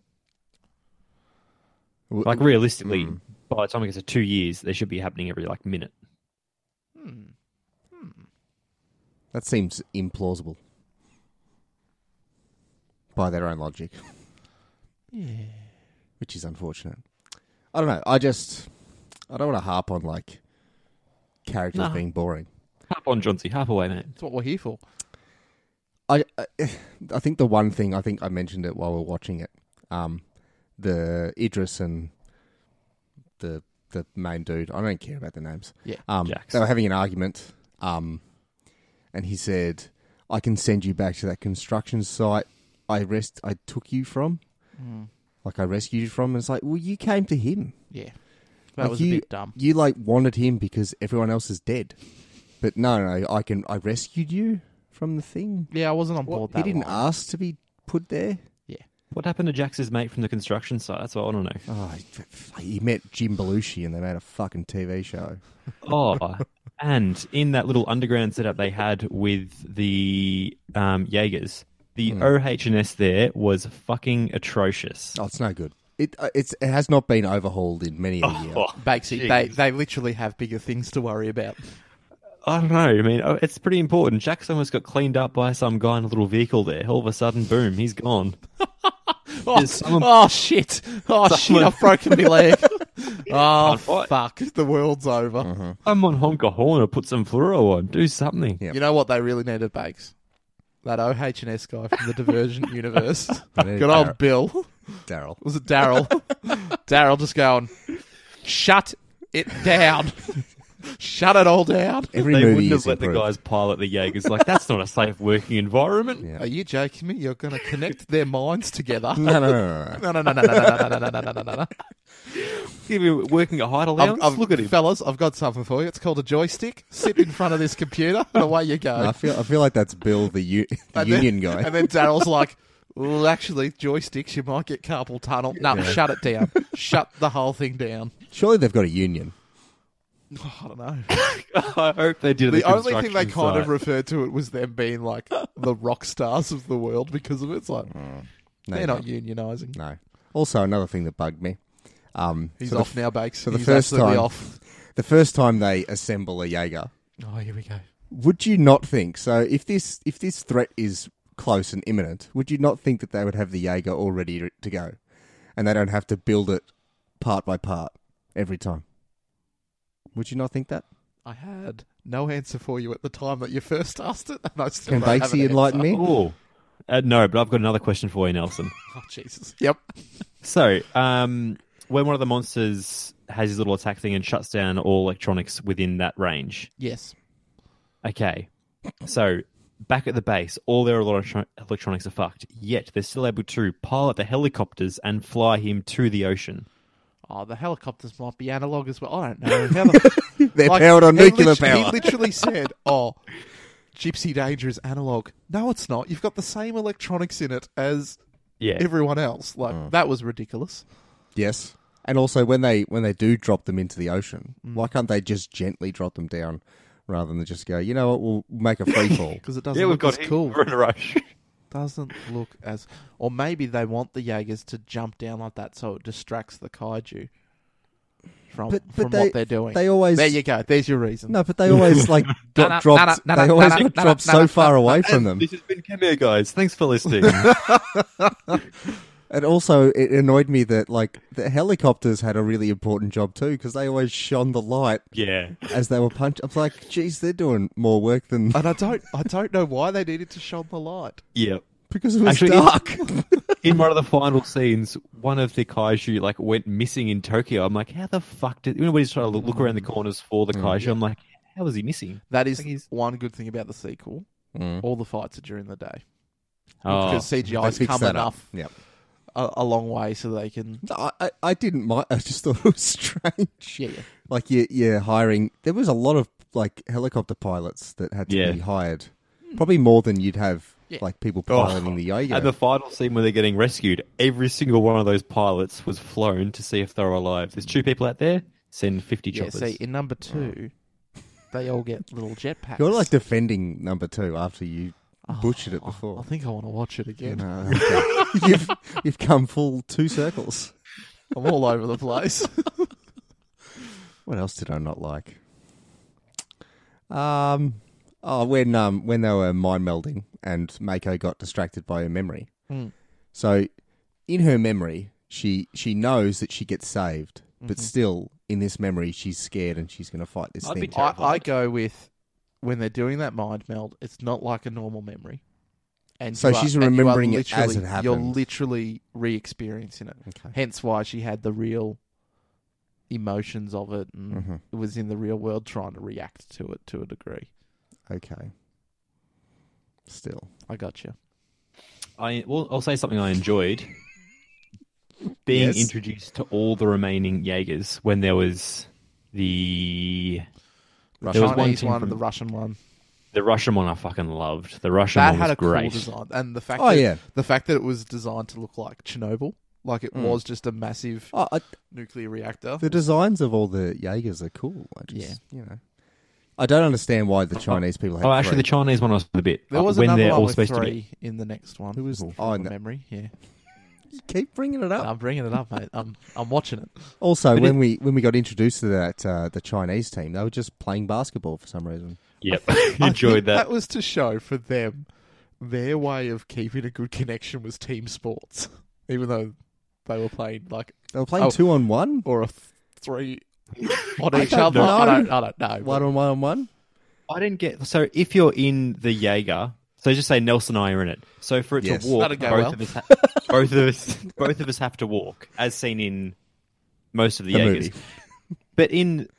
[SPEAKER 2] W-
[SPEAKER 3] Like realistically,
[SPEAKER 2] Mm.
[SPEAKER 3] by the time it gets to two years, they should be happening every like minute.
[SPEAKER 1] Hmm.
[SPEAKER 2] That seems implausible. By their own logic.
[SPEAKER 1] Yeah.
[SPEAKER 2] which is unfortunate. I don't know. I just I don't want to harp on like characters
[SPEAKER 3] No.
[SPEAKER 2] being boring.
[SPEAKER 3] Harp on, Johnsy. Harp away, mate.
[SPEAKER 1] That's what we're here for.
[SPEAKER 2] I, I (sighs) I think the one thing I think I mentioned it while we are watching it. Um, the Idris and the the main dude. I don't care about the names.
[SPEAKER 1] Yeah,
[SPEAKER 2] Um,
[SPEAKER 3] Jax.
[SPEAKER 2] they were having an argument. Um, and he said, "I can send you back to that construction site I rest I took you from,
[SPEAKER 1] Mm.
[SPEAKER 2] like I rescued you from." And it's like, well, you came to him.
[SPEAKER 1] Yeah. That
[SPEAKER 2] Like
[SPEAKER 1] was
[SPEAKER 2] you-
[SPEAKER 1] a bit dumb.
[SPEAKER 2] you like wanted him because everyone else is dead. But no, no, I can. I rescued you from the thing.
[SPEAKER 1] Yeah, I wasn't on board
[SPEAKER 2] What,
[SPEAKER 1] that.
[SPEAKER 2] he didn't
[SPEAKER 1] line.
[SPEAKER 2] ask to be put there.
[SPEAKER 3] What happened to Jax's mate from the construction site? That's what I want to know.
[SPEAKER 2] Oh, he- f- he met Jim Belushi and they made a fucking TV show.
[SPEAKER 3] Oh, and in that little underground setup they had with the um, Jaegers, the OHS there was fucking atrocious.
[SPEAKER 2] Oh, it's no good. It uh, it's it has not been overhauled in many a year.
[SPEAKER 3] Oh,
[SPEAKER 1] Bakesy, they they literally have bigger things to worry about.
[SPEAKER 3] I don't know. I mean, oh, it's pretty important. Jack's almost got cleaned up by some guy in a little vehicle there. All of a sudden, boom, he's (laughs) gone.
[SPEAKER 1] Oh,
[SPEAKER 3] someone-
[SPEAKER 1] oh, shit!
[SPEAKER 3] (laughs)
[SPEAKER 1] Oh shit! I've broken my leg. oh
[SPEAKER 3] fight. Mm-hmm.
[SPEAKER 1] fuck! The world's over.
[SPEAKER 3] Someone honk a horn or put some fluoro on. Do something.
[SPEAKER 2] Yep.
[SPEAKER 1] You know what they really needed, Bakes? That OHS guy from the
[SPEAKER 3] (laughs)
[SPEAKER 1] Divergent universe.
[SPEAKER 2] needed
[SPEAKER 1] Good
[SPEAKER 2] Darryl.
[SPEAKER 1] old Bill.
[SPEAKER 2] Daryl.
[SPEAKER 1] Was it
[SPEAKER 3] (laughs)
[SPEAKER 1] Daryl? Daryl just going, shut it down. shut it all down.
[SPEAKER 2] Every
[SPEAKER 3] They
[SPEAKER 2] movie
[SPEAKER 3] wouldn't
[SPEAKER 2] is
[SPEAKER 3] have let the
[SPEAKER 2] improved.
[SPEAKER 3] guys pilot the Jaegers. Like, that's not a safe working environment.
[SPEAKER 2] Yeah.
[SPEAKER 1] Are you joking me? You're going to
[SPEAKER 3] (laughs)
[SPEAKER 1] connect their minds together?
[SPEAKER 2] (laughs) No, no,
[SPEAKER 1] No,
[SPEAKER 2] no, no, no.
[SPEAKER 1] no, no, no, no, no, no, no, no, no, no, no,
[SPEAKER 3] (laughs)
[SPEAKER 1] no.
[SPEAKER 3] Give him working a height
[SPEAKER 1] I've,
[SPEAKER 3] allowance.
[SPEAKER 1] I've,
[SPEAKER 3] Look at him.
[SPEAKER 1] Fellas, I've got something for you. It's called a joystick. Sit in front of this computer and away you go.
[SPEAKER 2] I feel I feel like that's Bill, the, u- (laughs) the
[SPEAKER 1] And then-
[SPEAKER 2] union guy.
[SPEAKER 1] (laughs) And then Daryl's like, well, actually, joysticks, you might get carpal tunnel. No, shut it down. shut the whole thing down.
[SPEAKER 2] Surely they've got a union.
[SPEAKER 1] (laughs) I don't know.
[SPEAKER 3] (laughs) I hope they did it at
[SPEAKER 1] The only thing they
[SPEAKER 3] construction
[SPEAKER 1] kind of
[SPEAKER 3] site.
[SPEAKER 1] referred to it was them being like the rock stars of the world because of it. It's like
[SPEAKER 2] No,
[SPEAKER 1] they're not
[SPEAKER 2] no.
[SPEAKER 1] unionising.
[SPEAKER 2] Oh, No. Also, another thing that bugged me. Um,
[SPEAKER 1] He's
[SPEAKER 2] so the
[SPEAKER 1] off now, Bakes.
[SPEAKER 2] for the
[SPEAKER 1] He's
[SPEAKER 2] first
[SPEAKER 1] absolutely
[SPEAKER 2] time.
[SPEAKER 1] off.
[SPEAKER 2] The first time they assemble a Jaeger,
[SPEAKER 1] Oh, here we go.
[SPEAKER 2] would you not think so? If this if this threat is close and imminent, would you not think that they would have the Jaeger all ready to- to go, and they don't have to build it part by part every time. Would you not think that?
[SPEAKER 1] I had no answer for you at the time that you first (laughs) asked it, and I still
[SPEAKER 2] Can
[SPEAKER 1] don't have an
[SPEAKER 2] Bakesy enlighten
[SPEAKER 1] answer.
[SPEAKER 2] me?
[SPEAKER 3] Ooh. Uh, no, but I've got another question for you, Nelson.
[SPEAKER 1] (laughs) Oh, Jesus. Yep.
[SPEAKER 3] So, um, when one of the monsters has his little attack thing and shuts down all electronics within that range,
[SPEAKER 1] Yes.
[SPEAKER 3] okay. So, back at the base, all their electro- electronics are fucked. Yet they're still able to pilot the helicopters and fly him to the ocean.
[SPEAKER 1] Oh, the helicopters might be analog as well. I don't know. How (laughs) the...
[SPEAKER 2] They're
[SPEAKER 1] Like,
[SPEAKER 2] powered on
[SPEAKER 1] he
[SPEAKER 2] nuclear
[SPEAKER 1] lit-
[SPEAKER 2] power.
[SPEAKER 1] He
[SPEAKER 2] (laughs)
[SPEAKER 1] literally said, "Oh, Gypsy Danger is analog." No, it's not. You've got the same electronics in it as
[SPEAKER 3] Yeah, Mm.
[SPEAKER 1] everyone else. Like that was ridiculous.
[SPEAKER 2] Yes. And also when they when they do drop them into the ocean, why can't they just gently drop them down rather than just go, you know what, we'll make a free fall.
[SPEAKER 1] Because it doesn't
[SPEAKER 3] yeah, we've
[SPEAKER 1] look
[SPEAKER 3] got
[SPEAKER 1] as
[SPEAKER 3] him.
[SPEAKER 1] cool.
[SPEAKER 3] (laughs) We're in a rush.
[SPEAKER 1] Doesn't look as, or maybe they want the Jaegers to jump down like that so it distracts the kaiju from
[SPEAKER 2] But- but
[SPEAKER 1] from
[SPEAKER 2] they-
[SPEAKER 1] what they're doing.
[SPEAKER 2] they always-
[SPEAKER 1] there you go. There's your reason.
[SPEAKER 2] No, but they always like got
[SPEAKER 1] no,
[SPEAKER 2] dropped.
[SPEAKER 1] no, no,
[SPEAKER 2] they
[SPEAKER 1] no,
[SPEAKER 2] always
[SPEAKER 1] no,
[SPEAKER 2] got
[SPEAKER 1] no,
[SPEAKER 2] dropped
[SPEAKER 1] no,
[SPEAKER 2] so
[SPEAKER 1] no,
[SPEAKER 2] far
[SPEAKER 1] no,
[SPEAKER 2] away from them.
[SPEAKER 3] This has been Cameo, guys. Thanks for listening.
[SPEAKER 2] And also, it annoyed me that like the helicopters had a really important job too because they always shone the light
[SPEAKER 3] (laughs) yeah,
[SPEAKER 2] as they were punched. I was like, geez, they're doing more work than (laughs)
[SPEAKER 1] And I don't, I don't know why they needed to shine the light.
[SPEAKER 3] yeah.
[SPEAKER 2] because it was
[SPEAKER 3] Actually,
[SPEAKER 2] dark. (laughs)
[SPEAKER 3] in one of the final scenes, one of the kaiju like went missing in Tokyo. I'm like, how the fuck did? You know, we just try to look, look around the corners for the
[SPEAKER 1] Mm.
[SPEAKER 3] kaiju. I'm like, how was he missing?
[SPEAKER 1] That is
[SPEAKER 3] Like he's-
[SPEAKER 1] one good thing about the sequel. All the fights are during the day
[SPEAKER 3] Oh,
[SPEAKER 1] because CGI's come enough
[SPEAKER 2] Yep.
[SPEAKER 1] a, a long way so they can.
[SPEAKER 2] No, I, I- I didn't mind. I just (laughs) thought it was strange.
[SPEAKER 1] Yeah, yeah.
[SPEAKER 2] Like you, you're hiring. There was a lot of like helicopter pilots that had to
[SPEAKER 3] Yeah.
[SPEAKER 2] be hired. Probably more than you'd have
[SPEAKER 1] Yeah.
[SPEAKER 2] like people piloting the Jaeger.
[SPEAKER 3] and the final scene where they're getting rescued, every single one of those pilots was flown to see if they were alive. There's two people out there. Send fifty
[SPEAKER 1] Yeah,
[SPEAKER 3] choppers.
[SPEAKER 1] see, in number two, they all get little jetpacks.
[SPEAKER 2] You're like defending number two after you
[SPEAKER 1] Oh.
[SPEAKER 2] butchered it
[SPEAKER 1] I
[SPEAKER 2] before.
[SPEAKER 1] think I want to watch it again.
[SPEAKER 2] No, okay. you've you've come full two circles.
[SPEAKER 1] I'm all over the
[SPEAKER 3] (laughs)
[SPEAKER 1] place.
[SPEAKER 2] What else did I not like? Um, oh, when um when they were mind melding and Mako got distracted by her memory. So, in her memory, she she knows that she gets saved, but still in this memory, she's scared and she's going to fight this
[SPEAKER 3] I'd be
[SPEAKER 2] thing.
[SPEAKER 3] ter-
[SPEAKER 1] I, I
[SPEAKER 3] Terrified.
[SPEAKER 1] go with when they're doing that mind meld, it's not like a normal memory. And
[SPEAKER 2] So
[SPEAKER 1] you are-
[SPEAKER 2] she's
[SPEAKER 1] and you are
[SPEAKER 2] remembering it as
[SPEAKER 1] literally-
[SPEAKER 2] it happened.
[SPEAKER 1] You're literally re experiencing it.
[SPEAKER 2] Okay.
[SPEAKER 1] Hence why she had the real emotions of it and
[SPEAKER 2] Mhm.
[SPEAKER 1] it was in the real world trying to react to it to a degree.
[SPEAKER 2] okay. Still,
[SPEAKER 1] I got you.
[SPEAKER 3] I well, I'll say something I enjoyed. Being
[SPEAKER 2] Yes.
[SPEAKER 3] introduced to all the remaining Jaegers when there was the
[SPEAKER 1] The
[SPEAKER 3] There was one
[SPEAKER 1] Chinese
[SPEAKER 3] team
[SPEAKER 1] one, and
[SPEAKER 3] from-
[SPEAKER 1] the Russian one.
[SPEAKER 3] the Russian one I fucking loved. The Russian
[SPEAKER 1] that
[SPEAKER 3] one
[SPEAKER 1] had
[SPEAKER 3] was
[SPEAKER 1] a cool
[SPEAKER 3] great.
[SPEAKER 1] design, and the fact
[SPEAKER 2] Oh,
[SPEAKER 1] that
[SPEAKER 2] yeah.
[SPEAKER 1] the fact that it was designed to look like Chernobyl, like it
[SPEAKER 3] Hmm.
[SPEAKER 1] was just a massive
[SPEAKER 2] oh, I,
[SPEAKER 1] nuclear reactor.
[SPEAKER 2] the designs of all the Jaegers are cool. I just,
[SPEAKER 1] Yeah.
[SPEAKER 2] you know, I don't understand why the Chinese people. Had
[SPEAKER 3] Oh, actually,
[SPEAKER 2] three.
[SPEAKER 3] the Chinese one was a bit.
[SPEAKER 1] There was
[SPEAKER 3] when
[SPEAKER 1] another
[SPEAKER 3] they're
[SPEAKER 1] one
[SPEAKER 3] all
[SPEAKER 1] with
[SPEAKER 3] supposed to be.
[SPEAKER 1] three in the next one.
[SPEAKER 2] Who was-
[SPEAKER 1] from
[SPEAKER 2] oh, no.
[SPEAKER 1] memory? Yeah,
[SPEAKER 2] keep bringing
[SPEAKER 3] Oh.
[SPEAKER 2] it up.
[SPEAKER 1] I'm bringing it up, mate. I'm I'm watching it.
[SPEAKER 2] Also,
[SPEAKER 3] But
[SPEAKER 2] when we when we got introduced to that uh, the Chinese team, they were just playing basketball for some reason.
[SPEAKER 3] (laughs) Yep,
[SPEAKER 1] I think
[SPEAKER 3] enjoyed
[SPEAKER 1] (laughs)
[SPEAKER 3] that.
[SPEAKER 1] That was to show for them their way of keeping a good connection was team sports, even though they were playing like
[SPEAKER 2] They were playing
[SPEAKER 1] Oh.
[SPEAKER 2] two on one,
[SPEAKER 1] or (laughs) a th-
[SPEAKER 3] (laughs)
[SPEAKER 1] three on
[SPEAKER 2] I
[SPEAKER 1] each
[SPEAKER 2] don't
[SPEAKER 1] other. I
[SPEAKER 2] know.
[SPEAKER 1] don't, I don't know.
[SPEAKER 2] one
[SPEAKER 1] but-
[SPEAKER 2] on one on one.
[SPEAKER 3] I didn't get. So if you're in the Jaeger, so just say Nelson and I are in it. So for it
[SPEAKER 2] Yes.
[SPEAKER 3] to walk,
[SPEAKER 1] That'd
[SPEAKER 3] both
[SPEAKER 1] go well.
[SPEAKER 3] of us, ha- (laughs) both of us, both of us have to walk, as seen in most of the,
[SPEAKER 2] The
[SPEAKER 3] Jaegers.
[SPEAKER 2] movie.
[SPEAKER 3] But in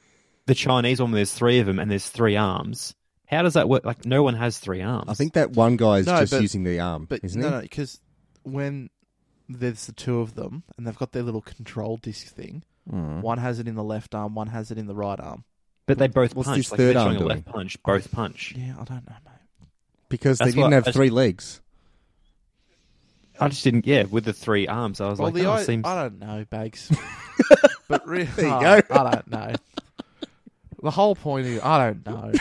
[SPEAKER 3] the Chinese one, there's three of them and there's three arms. How does that work? Like no one has three arms.
[SPEAKER 2] I think that one guy is
[SPEAKER 1] No,
[SPEAKER 2] just
[SPEAKER 1] but-
[SPEAKER 2] using the arm,
[SPEAKER 1] but
[SPEAKER 2] isn't
[SPEAKER 1] no,
[SPEAKER 2] he?
[SPEAKER 1] no, because when there's the two of them and they've got their little control disc thing,
[SPEAKER 2] Mm.
[SPEAKER 1] one has it in the left arm, one has it in the right arm.
[SPEAKER 3] But they both
[SPEAKER 2] What's
[SPEAKER 3] punch.
[SPEAKER 2] this
[SPEAKER 3] like if
[SPEAKER 2] third
[SPEAKER 3] they're
[SPEAKER 2] arm
[SPEAKER 3] showing a
[SPEAKER 2] doing?
[SPEAKER 3] left punch. Both punch.
[SPEAKER 1] Yeah, I don't know, mate.
[SPEAKER 2] Because they
[SPEAKER 3] That's
[SPEAKER 2] didn't
[SPEAKER 3] what-
[SPEAKER 2] have
[SPEAKER 3] that's-
[SPEAKER 2] three legs.
[SPEAKER 3] I just didn't. Yeah, with the three arms, I was
[SPEAKER 1] Well,
[SPEAKER 3] like,
[SPEAKER 1] the
[SPEAKER 3] oh,
[SPEAKER 1] I,
[SPEAKER 3] it seems.
[SPEAKER 1] I don't know,
[SPEAKER 2] (laughs)
[SPEAKER 1] Bags. but really, (laughs)
[SPEAKER 2] you
[SPEAKER 1] I,
[SPEAKER 2] go.
[SPEAKER 1] I don't know. The whole point is, I don't know.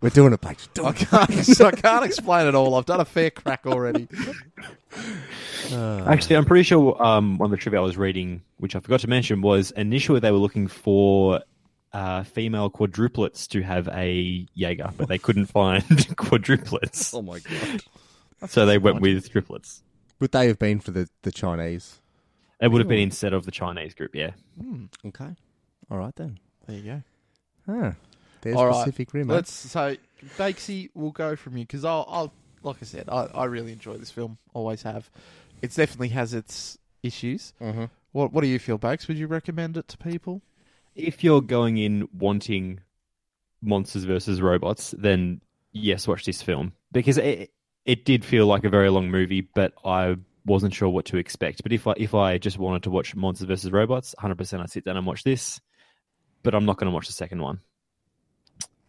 [SPEAKER 2] We're
[SPEAKER 1] (laughs)
[SPEAKER 2] doing it, Blake. Doing
[SPEAKER 1] I
[SPEAKER 2] (laughs)
[SPEAKER 1] can't, I can't explain it all. I've done a fair crack already.
[SPEAKER 3] Actually, I'm pretty sure um, one of the trivia I was reading, which I forgot to mention, was initially they were looking for uh, female quadruplets to have a Jaeger, but they couldn't find (laughs) quadruplets.
[SPEAKER 1] Oh,
[SPEAKER 2] my god!
[SPEAKER 3] so they went with triplets.
[SPEAKER 2] Would they have been for the the Chinese?
[SPEAKER 3] It would have been instead of the Chinese group, yeah.
[SPEAKER 1] Hmm,
[SPEAKER 2] Okay. All right then.
[SPEAKER 1] there you go.
[SPEAKER 2] Ah, there's
[SPEAKER 1] All right.
[SPEAKER 2] Pacific Rim. eh?
[SPEAKER 1] Let's so Bakesy, we'll go from you because I'll, I'll like I said, I, I really enjoy this film. Always have. It definitely has its issues. What What do you feel, Bakes? Would you recommend it to people?
[SPEAKER 3] If you're going in wanting monsters versus robots, then yes, watch this film because it it did feel like a very long movie, but I wasn't sure what to expect. But if I if I just wanted to watch monsters versus robots, 100% I'd sit down and watch this, but I'm not going to watch the second one.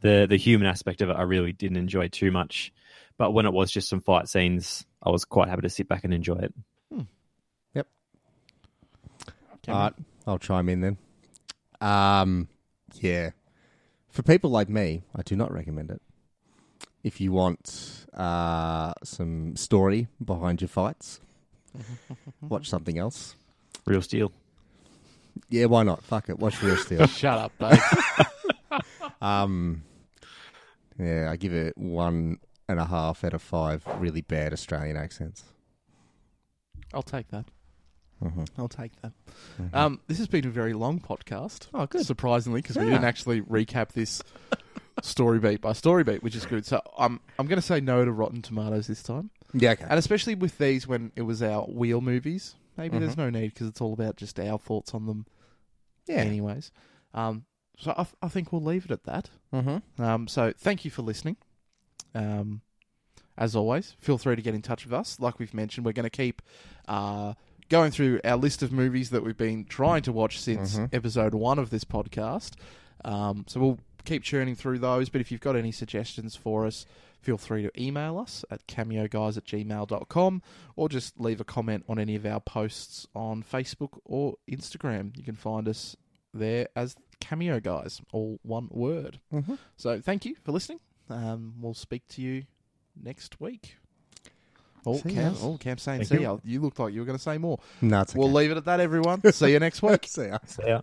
[SPEAKER 3] The the human aspect of it I really didn't enjoy too much, but when it was just some fight scenes, I was quite happy to sit back and enjoy it.
[SPEAKER 2] All right, I'll chime in then. Um, yeah, for people like me, I do not recommend it. If you want uh, some story behind your fights,
[SPEAKER 1] (laughs)
[SPEAKER 2] watch something else.
[SPEAKER 3] Real steel.
[SPEAKER 2] Yeah, why not? Fuck it, watch Real
[SPEAKER 1] (laughs)
[SPEAKER 2] Steel.
[SPEAKER 1] Shut up, Bakes.
[SPEAKER 2] um, yeah, I give it one and a half out of five. Really bad Australian accents.
[SPEAKER 1] I'll take that. I'll take that. Mm-hmm.
[SPEAKER 2] Mm-hmm.
[SPEAKER 1] Um, this has been a very long podcast. Oh, good. Surprisingly, because we
[SPEAKER 2] Yeah.
[SPEAKER 1] didn't actually recap this story beat by story beat, which is good. So I'm I'm going to say no to Rotten Tomatoes this time,
[SPEAKER 2] Yeah, okay.
[SPEAKER 1] and especially with these when it was our wheel movies. Maybe there's no need because it's all about just our thoughts on them,
[SPEAKER 2] Yeah.
[SPEAKER 1] anyways. Um, so I, I think we'll leave it at that.
[SPEAKER 2] Mm-hmm.
[SPEAKER 1] Um, so thank you for listening. Um, as always, feel free to get in touch with us. Like we've mentioned, we're going to keep uh, going through our list of movies that we've been trying to watch since
[SPEAKER 2] Mhm.
[SPEAKER 1] episode one of this podcast. Um, so we'll keep churning through those. But if you've got any suggestions for us, feel free to email us at cameoguys at gmail.com or just leave a comment on any of our posts on Facebook or Instagram. You can find us there as Cameo Guys, all one word.
[SPEAKER 2] Mm-hmm.
[SPEAKER 1] So thank you for listening. Um, we'll speak to you next week. Oh,
[SPEAKER 2] See
[SPEAKER 1] Cam,
[SPEAKER 2] ya.
[SPEAKER 1] oh, Cam saying,
[SPEAKER 3] Thank
[SPEAKER 1] see
[SPEAKER 3] you.
[SPEAKER 1] ya. You looked like you were going to say more.
[SPEAKER 2] No, it's okay. (laughs)
[SPEAKER 1] We'll leave it at that, everyone. see you next week.
[SPEAKER 2] See ya.
[SPEAKER 3] So, yeah.